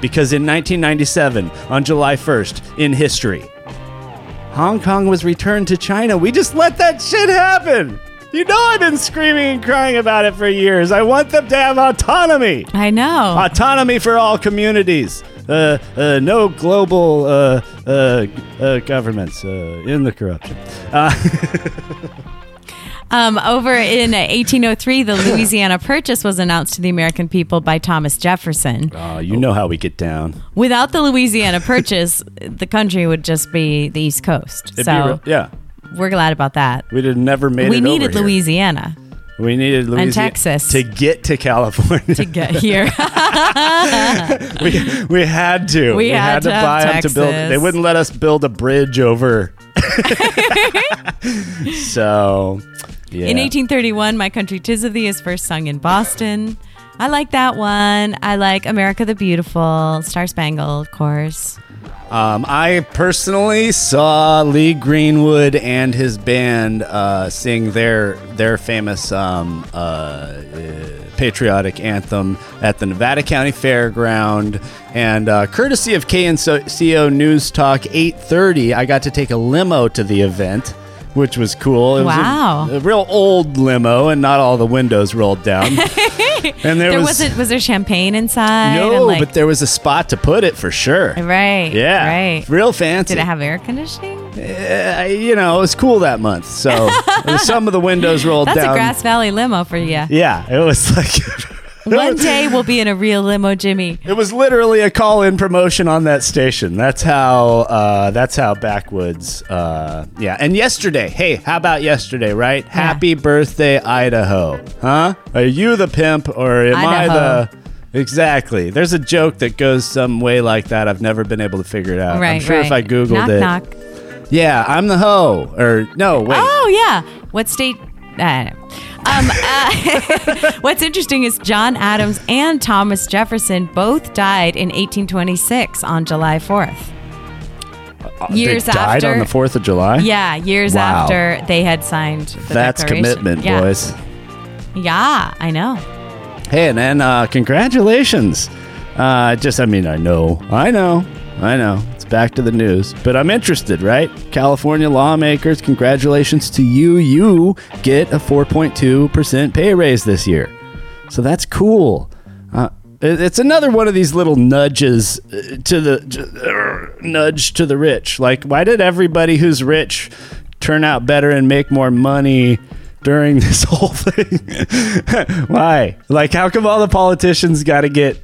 [SPEAKER 2] Because in 1997, on July 1st, in history, Hong Kong was returned to China. We just let that shit happen. You know I've been screaming and crying about it for years. I want them to have autonomy.
[SPEAKER 3] I know.
[SPEAKER 2] Autonomy for all communities. Uh, uh, no global uh, uh, uh, governments uh, in the corruption. Uh,
[SPEAKER 3] Um, over in 1803, the Louisiana Purchase was announced to the American people by Thomas Jefferson.
[SPEAKER 2] oh, you know how we get down.
[SPEAKER 3] Without the Louisiana Purchase, the country would just be the East Coast.
[SPEAKER 2] It'd be
[SPEAKER 3] so
[SPEAKER 2] real- yeah,
[SPEAKER 3] we're glad about that.
[SPEAKER 2] we'd have never made
[SPEAKER 3] we
[SPEAKER 2] it.
[SPEAKER 3] needed
[SPEAKER 2] over here.
[SPEAKER 3] Louisiana.
[SPEAKER 2] We needed Louisiana
[SPEAKER 3] Texas.
[SPEAKER 2] to get to California.
[SPEAKER 3] To get here.
[SPEAKER 2] we, we had to.
[SPEAKER 3] We had
[SPEAKER 2] to,
[SPEAKER 3] to have
[SPEAKER 2] buy them to build.
[SPEAKER 3] Texas.
[SPEAKER 2] They wouldn't let us build a bridge over. so, yeah.
[SPEAKER 3] In 1831, My Country Tis of Thee is first sung in Boston. I like that one. I like America the Beautiful, Star Spangled, of course.
[SPEAKER 2] Um, I personally saw Lee Greenwood and his band uh, sing their their famous um, uh, uh, patriotic anthem at the Nevada County Fairground, and uh, courtesy of KNCO News Talk 8:30, I got to take a limo to the event. Which was cool. It was a-
[SPEAKER 3] Wow.
[SPEAKER 2] a, real old limo, and not all the windows rolled down. and there,
[SPEAKER 3] There
[SPEAKER 2] was,
[SPEAKER 3] was, not was there champagne inside?
[SPEAKER 2] no,
[SPEAKER 3] and like-
[SPEAKER 2] but there was a spot to put it for sure.
[SPEAKER 3] right,
[SPEAKER 2] Yeah,
[SPEAKER 3] right.
[SPEAKER 2] real fancy.
[SPEAKER 3] Did it have air conditioning?
[SPEAKER 2] Uh, you know, it was cool that month. So some of the windows rolled
[SPEAKER 3] That's
[SPEAKER 2] down.
[SPEAKER 3] a Grass Valley limo for you.
[SPEAKER 2] Yeah, it was like
[SPEAKER 3] One day we'll be in a real limo, Jimmy.
[SPEAKER 2] it was literally a call-in promotion on that station. That's how. Uh, that's how backwoods. Uh, yeah, and yesterday. Hey, how about yesterday? Right? Happy birthday, Idaho. Huh? Are you the pimp or am
[SPEAKER 3] Idaho.
[SPEAKER 2] I the? Exactly. There's a joke that goes some way like that. I've never been able to figure it out. I'm
[SPEAKER 3] Right,
[SPEAKER 2] sure if I
[SPEAKER 3] right.
[SPEAKER 2] googled
[SPEAKER 3] Knock,
[SPEAKER 2] it.
[SPEAKER 3] knock.
[SPEAKER 2] Yeah, I'm the hoe. Or no, wait.
[SPEAKER 3] Oh yeah. What state? I don't know. Um, uh, what's interesting is John Adams and Thomas Jefferson both died in 1826 on July 4th. Years
[SPEAKER 2] Uh, they died
[SPEAKER 3] after.
[SPEAKER 2] on the Fourth of July.
[SPEAKER 3] Yeah, years
[SPEAKER 2] Wow.
[SPEAKER 3] after they had signed the
[SPEAKER 2] That's
[SPEAKER 3] Declaration.
[SPEAKER 2] commitment,
[SPEAKER 3] yeah.
[SPEAKER 2] boys.
[SPEAKER 3] Yeah, I know.
[SPEAKER 2] Hey, and then uh, congratulations. Uh, just, I mean, I know, I know, I know. It's back to the news, but I'm interested, right? California lawmakers, congratulations to you. You get a 4.2% pay raise this year. So that's cool. Uh, it- it's another one of these little nudges uh, to the j- nudge to the rich. Like, why did everybody who's rich turn out better and make more money during this whole thing? why? Like, how come all the politicians got to get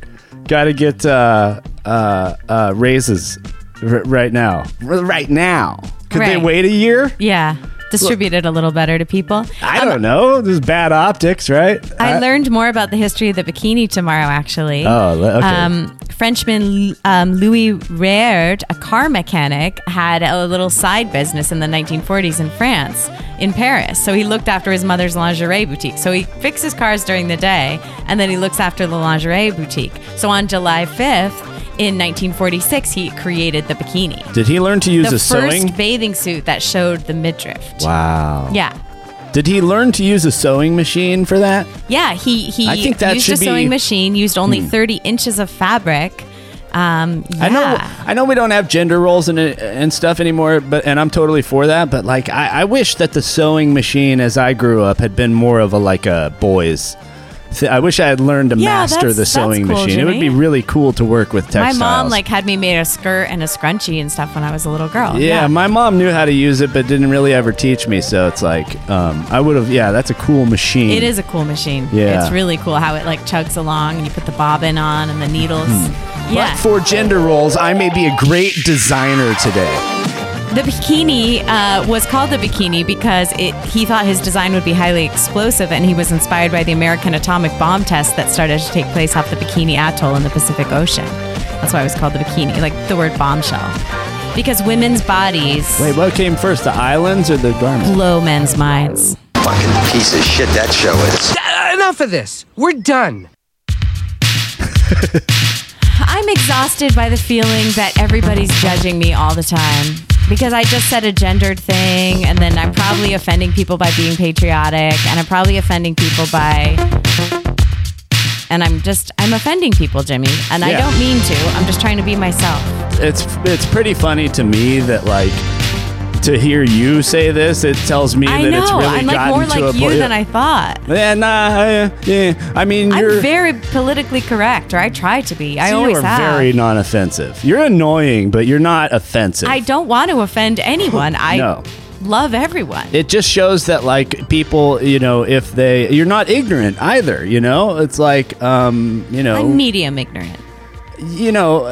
[SPEAKER 2] got to get uh, uh, uh, raises r- right now? R- right now, could they
[SPEAKER 3] Right.
[SPEAKER 2] wait a year?
[SPEAKER 3] Yeah, distributed a little better to people.
[SPEAKER 2] I don't know. This is bad optics, right?
[SPEAKER 3] I learned more about the history of the bikini tomorrow, actually.
[SPEAKER 2] Oh, le- okay.
[SPEAKER 3] Um, Frenchman um, Louis Raerd, a car mechanic, had a little side business in the 1940s in France, in Paris. So he looked after his mother's lingerie boutique. So he fixes cars during the day, and then he looks after the lingerie boutique. So on July 5th, in 1946, he created the bikini.
[SPEAKER 2] Did he learn to use
[SPEAKER 3] the
[SPEAKER 2] a
[SPEAKER 3] first
[SPEAKER 2] sewing?
[SPEAKER 3] bathing suit that showed the midriff.
[SPEAKER 2] Wow.
[SPEAKER 3] Yeah.
[SPEAKER 2] Did he learn to use a sewing machine for that?
[SPEAKER 3] Yeah, he he
[SPEAKER 2] I think that
[SPEAKER 3] used
[SPEAKER 2] should
[SPEAKER 3] a sewing
[SPEAKER 2] be-
[SPEAKER 3] machine, used only
[SPEAKER 2] Hmm.
[SPEAKER 3] 30 inches of fabric. Um, yeah.
[SPEAKER 2] I know, I know, we don't have gender roles and and stuff anymore, but and I'm totally for that. But like, I, I wish that the sewing machine, as I grew up, had been more of a like a boys. Th- I wish I had learned to
[SPEAKER 3] Yeah,
[SPEAKER 2] master
[SPEAKER 3] that's-
[SPEAKER 2] the
[SPEAKER 3] that's
[SPEAKER 2] sewing
[SPEAKER 3] cool,
[SPEAKER 2] machine. It would
[SPEAKER 3] Jimmy.
[SPEAKER 2] be really cool to work with textiles.
[SPEAKER 3] My mom like had me made a skirt and a scrunchie and stuff when I was a little girl.
[SPEAKER 2] yeah, my mom knew how to use it, but didn't really ever teach me. So it's like, um, I would have. Yeah, that's a cool machine.
[SPEAKER 3] It is a cool machine.
[SPEAKER 2] Yeah.
[SPEAKER 3] It's really cool how it like chugs along and you put the bobbin on and the needles.
[SPEAKER 2] Hmm. But for gender roles, I may be a great designer today.
[SPEAKER 3] The bikini uh, was called the bikini because it, he thought his design would be highly explosive, and he was inspired by the American atomic bomb test that started to take place off the Bikini Atoll in the Pacific Ocean. That's why it was called the bikini, like the word bombshell, because women's bodies
[SPEAKER 2] Wait, what came first, the islands or the garment?
[SPEAKER 3] blow men's minds.
[SPEAKER 4] Fucking piece of shit that show is.
[SPEAKER 14] Enough of this. We're done.
[SPEAKER 3] I'm exhausted by the feeling that everybody's judging me all the time because I just said a gendered thing, and then I'm probably offending people by being patriotic, and I'm probably offending people by. And I'm just, I'm offending people, Jimmy. And I
[SPEAKER 2] Yeah.
[SPEAKER 3] don't mean to. I'm just trying to be myself.
[SPEAKER 2] It's it's pretty funny to me that like to hear you say this, it tells me
[SPEAKER 3] I
[SPEAKER 2] that
[SPEAKER 3] know.
[SPEAKER 2] it's really
[SPEAKER 3] I'm like
[SPEAKER 2] gotten
[SPEAKER 3] more
[SPEAKER 2] to a
[SPEAKER 3] like you
[SPEAKER 2] point.
[SPEAKER 3] than I thought.
[SPEAKER 2] Yeah, nah, I, yeah. I mean, you're
[SPEAKER 3] I'm very politically correct, or I try to be. I
[SPEAKER 2] you
[SPEAKER 3] always
[SPEAKER 2] are
[SPEAKER 3] have.
[SPEAKER 2] very non-offensive. You're annoying, but you're not offensive.
[SPEAKER 3] I don't want to offend anyone. I
[SPEAKER 2] No.
[SPEAKER 3] love everyone.
[SPEAKER 2] it just shows that like people, you know, if they you're not ignorant either, you know? It's like um, you know,
[SPEAKER 3] I'm medium ignorant.
[SPEAKER 2] you know,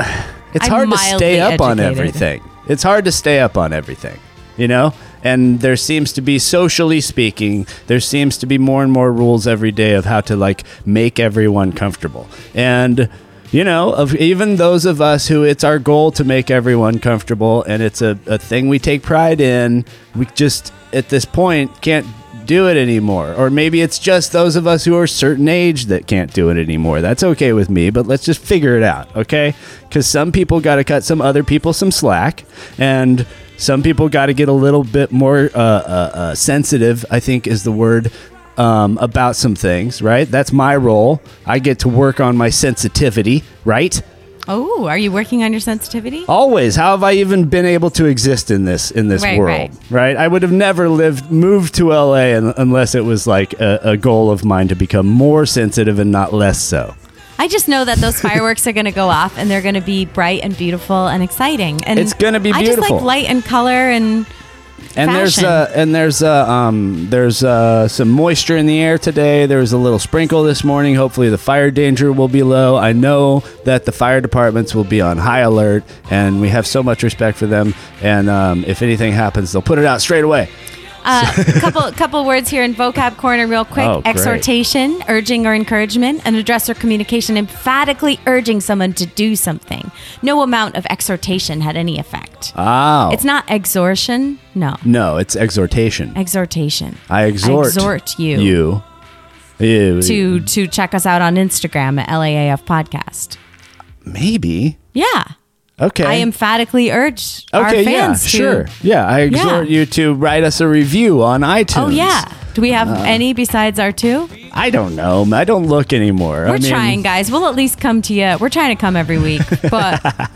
[SPEAKER 2] it's
[SPEAKER 3] I'm
[SPEAKER 2] hard to
[SPEAKER 3] mildly
[SPEAKER 2] stay up on
[SPEAKER 3] educated.
[SPEAKER 2] everything. It's hard to stay up on everything, you know? And there seems to be socially speaking, there seems to be more and more rules every day of how to like make everyone comfortable. And you know, of even those of us who it's our goal to make everyone comfortable and it's a, a thing we take pride in, we just at this point can't do it anymore. Or maybe it's just those of us who are a certain age that can't do it anymore. That's okay with me, but let's just figure it out, okay? Because some people got to cut some other people some slack, and some people got to get a little bit more uh, uh, uh, sensitive, I think is the word. Um, about some things, right? That's my role. I get to work on my sensitivity, right?
[SPEAKER 3] Oh, are you working on your sensitivity?
[SPEAKER 2] Always. How have I even been able to exist in this in this
[SPEAKER 3] Right,
[SPEAKER 2] world?
[SPEAKER 3] right.
[SPEAKER 2] Right. I would have never lived moved to LA un- unless it was like a, a goal of mine to become more sensitive and not less so.
[SPEAKER 3] I just know that those fireworks are going to go off and they're going to be bright and beautiful and exciting. And
[SPEAKER 2] It's gonna be
[SPEAKER 3] I just like
[SPEAKER 2] beautiful.
[SPEAKER 3] light and color and
[SPEAKER 2] And there's
[SPEAKER 3] Fashion.
[SPEAKER 2] uh, and there's uh, um, there's uh, some moisture in the air today. There was a little sprinkle this morning. Hopefully the fire danger will be low. I know that the fire departments will be on high alert, and we have so much respect for them. And um, if anything happens, they'll put it out straight away.
[SPEAKER 3] uh, a couple couple words here in vocab corner, real quick.
[SPEAKER 2] Oh, great.
[SPEAKER 3] Exhortation, urging or encouragement, an address or communication emphatically urging someone to do something. No amount of exhortation had any effect.
[SPEAKER 2] Oh,
[SPEAKER 3] It's not exhortation. No,
[SPEAKER 2] No, it's exhortation.
[SPEAKER 3] exhortation.
[SPEAKER 2] I exhort,
[SPEAKER 3] I exhort you.
[SPEAKER 2] You. You.
[SPEAKER 3] to to check us out on Instagram at LAAF Podcast.
[SPEAKER 2] Maybe.
[SPEAKER 3] Yeah.
[SPEAKER 2] Okay.
[SPEAKER 3] I emphatically urge
[SPEAKER 2] Okay,
[SPEAKER 3] our fans
[SPEAKER 2] yeah,
[SPEAKER 3] to.
[SPEAKER 2] sure. Yeah, I exhort you to write us a review on iTunes.
[SPEAKER 3] Oh yeah. Do we have
[SPEAKER 2] Uh,
[SPEAKER 3] any besides our two?
[SPEAKER 2] I don't know. I don't look anymore.
[SPEAKER 3] We're
[SPEAKER 2] I mean,
[SPEAKER 3] trying, guys. We'll at least come to you. We're trying to come every week, but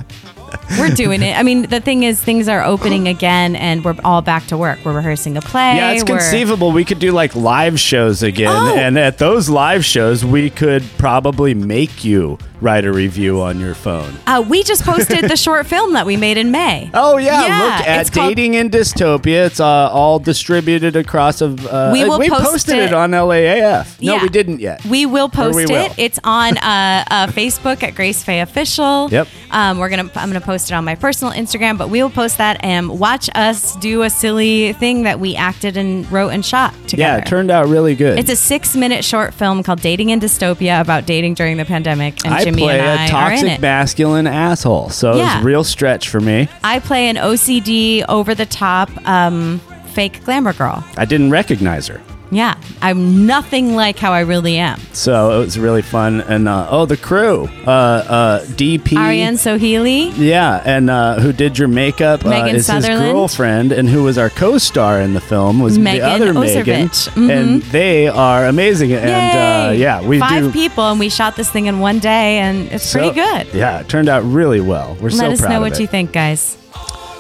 [SPEAKER 3] we're doing it. I mean, the thing is, things are opening again, and we're all back to work. We're rehearsing a play.
[SPEAKER 2] Yeah, it's
[SPEAKER 3] we're- Oh.
[SPEAKER 2] conceivable we could do like live shows again, and at those live shows, we could probably make you write a review on your phone.
[SPEAKER 3] Uh, we just posted the short film that we made in May.
[SPEAKER 2] Oh yeah, look
[SPEAKER 3] it's
[SPEAKER 2] at
[SPEAKER 3] called-
[SPEAKER 2] dating in dystopia. It's uh, all distributed across of. Uh,
[SPEAKER 3] We will post
[SPEAKER 2] posted
[SPEAKER 3] it.
[SPEAKER 2] it on LAAF. No,
[SPEAKER 3] Yeah.
[SPEAKER 2] we didn't yet.
[SPEAKER 3] We will post
[SPEAKER 2] we
[SPEAKER 3] it.
[SPEAKER 2] will.
[SPEAKER 3] It's on uh, uh, Facebook at Grace Faye Official.
[SPEAKER 2] Yep.
[SPEAKER 3] Um, we're gonna. I'm gonna post it on my personal Instagram, but we will post that and watch us do a silly thing that we acted and wrote and shot
[SPEAKER 2] Yeah,
[SPEAKER 3] together.
[SPEAKER 2] it turned out really good.
[SPEAKER 3] It's a six-minute short film called "Dating in Dystopia" about dating during the pandemic, and
[SPEAKER 2] I
[SPEAKER 3] Jimmy
[SPEAKER 2] play
[SPEAKER 3] and I
[SPEAKER 2] a
[SPEAKER 3] are in
[SPEAKER 2] toxic
[SPEAKER 3] it.
[SPEAKER 2] masculine asshole, so it's
[SPEAKER 3] Yeah.
[SPEAKER 2] a real stretch for me.
[SPEAKER 3] I play an OCD, over-the-top, um, fake glamour girl.
[SPEAKER 2] I didn't recognize her.
[SPEAKER 3] Yeah, I'm nothing like how I really am.
[SPEAKER 2] So it was really fun. And uh, oh, the crew, uh, uh, DP,
[SPEAKER 3] Ariane Soheili.
[SPEAKER 2] yeah, and uh, who did your makeup uh,
[SPEAKER 3] Megan
[SPEAKER 2] is
[SPEAKER 3] Sutherland.
[SPEAKER 2] his girlfriend, and who was our co-star in the film was
[SPEAKER 3] Megan
[SPEAKER 2] the other Megan,
[SPEAKER 3] Ozervich. Mhm.
[SPEAKER 2] and they are amazing. And uh,
[SPEAKER 3] Yay!
[SPEAKER 2] yeah, we
[SPEAKER 3] five
[SPEAKER 2] do.
[SPEAKER 3] people, and we shot this thing in one day, and it's
[SPEAKER 2] so-
[SPEAKER 3] pretty good.
[SPEAKER 2] Yeah, it turned out really well. We're so
[SPEAKER 3] Let us
[SPEAKER 2] proud
[SPEAKER 3] know
[SPEAKER 2] of
[SPEAKER 3] what
[SPEAKER 2] it.
[SPEAKER 3] you think, guys.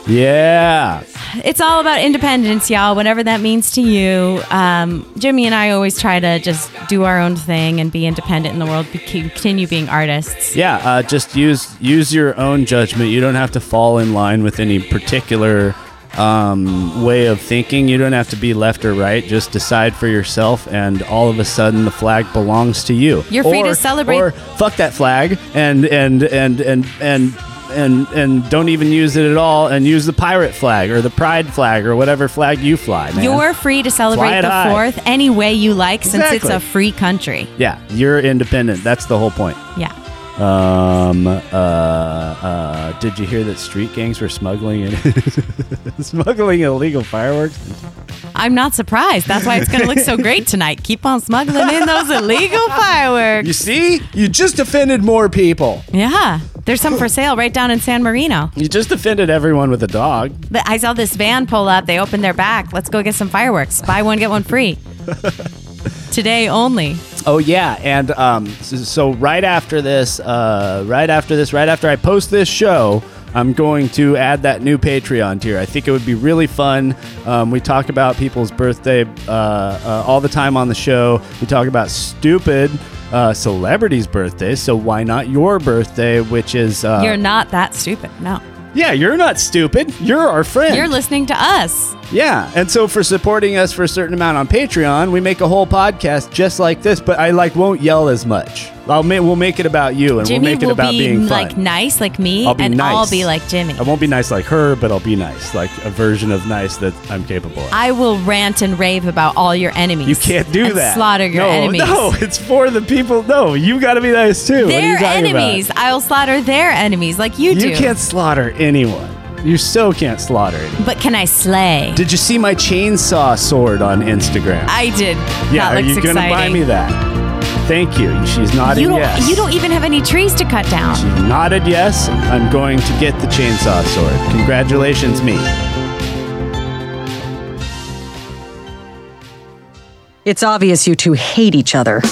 [SPEAKER 2] Yeah,
[SPEAKER 3] It's all about independence, y'all. Whatever that means to you. Um, Jimmy and I always try to just do our own thing and be independent in the world. Be- continue being artists.
[SPEAKER 2] yeah. Uh, just use use your own judgment. You don't have to fall in line with any particular um, way of thinking. You don't have to be left or right. Just decide for yourself, and all of a sudden, the flag belongs to you.
[SPEAKER 3] You're free to
[SPEAKER 2] Or-
[SPEAKER 3] celebrate-
[SPEAKER 2] Or fuck that flag, and and and and and and and don't even use it at all, and use the pirate flag or the pride flag or whatever flag you fly. Man.
[SPEAKER 3] You're free to
[SPEAKER 2] Fly
[SPEAKER 3] celebrate
[SPEAKER 2] it
[SPEAKER 3] the
[SPEAKER 2] high.
[SPEAKER 3] 4th any way you like since it's
[SPEAKER 2] Exactly.
[SPEAKER 3] a free country.
[SPEAKER 2] yeah, you're independent. That's the whole point.
[SPEAKER 3] Yeah.
[SPEAKER 2] Um. Uh. uh did you hear that street gangs were smuggling in smuggling illegal fireworks?
[SPEAKER 3] I'm not surprised. That's why it's going to look so great tonight. Keep on smuggling in those illegal fireworks.
[SPEAKER 2] You see, you just offended more people.
[SPEAKER 3] Yeah. There's some for sale right down in San Marino.
[SPEAKER 2] You just offended everyone with a dog.
[SPEAKER 3] But I saw this van pull up. They opened their back. Let's go get some fireworks. Buy one, get one free. Today only.
[SPEAKER 2] Oh yeah, and um, so, so right after this, uh, right after this, right after I post this show, I'm going to add that new Patreon tier. I think it would be really fun. Um, we talk about people's birthday uh, uh, all the time on the show. We talk about stupid uh, celebrities' birthdays. So why not your birthday, which is uh,
[SPEAKER 3] You're not that stupid. No.
[SPEAKER 2] yeah, you're not stupid. You're our friend.
[SPEAKER 3] You're listening to us.
[SPEAKER 2] Yeah, and so for supporting us for a certain amount on Patreon, we make a whole podcast just like this, but I like won't yell as much. I'll ma- we'll make it about you, and
[SPEAKER 3] Jimmy
[SPEAKER 2] we'll make it
[SPEAKER 3] will
[SPEAKER 2] about
[SPEAKER 3] be
[SPEAKER 2] being fun.
[SPEAKER 3] like nice like me,
[SPEAKER 2] I'll be
[SPEAKER 3] and
[SPEAKER 2] nice.
[SPEAKER 3] I'll be like Jimmy.
[SPEAKER 2] I won't be nice like her, but I'll be nice, like a version of nice that I'm capable of.
[SPEAKER 3] I will rant and rave about all your enemies.
[SPEAKER 2] You can't do
[SPEAKER 3] and
[SPEAKER 2] that.
[SPEAKER 3] Slaughter your
[SPEAKER 2] no,
[SPEAKER 3] enemies.
[SPEAKER 2] No, it's for the people. No, you got to be nice too. what are you
[SPEAKER 3] Their
[SPEAKER 2] talking about?
[SPEAKER 3] enemies. I'll slaughter their enemies like you, do.
[SPEAKER 2] You can't slaughter anyone. You so can't slaughter anyone.
[SPEAKER 3] But can I slay?
[SPEAKER 2] Did you see my chainsaw sword on Instagram?
[SPEAKER 3] I did.
[SPEAKER 2] Yeah,
[SPEAKER 3] that
[SPEAKER 2] are
[SPEAKER 3] looks
[SPEAKER 2] you
[SPEAKER 3] exciting.
[SPEAKER 2] gonna buy me that? Thank you. She's nodding
[SPEAKER 3] You don't,
[SPEAKER 2] yes.
[SPEAKER 3] you don't even have any trees to cut down.
[SPEAKER 2] She nodded yes. I'm going to get the chainsaw sword. Congratulations, me.
[SPEAKER 15] It's obvious you two hate each other.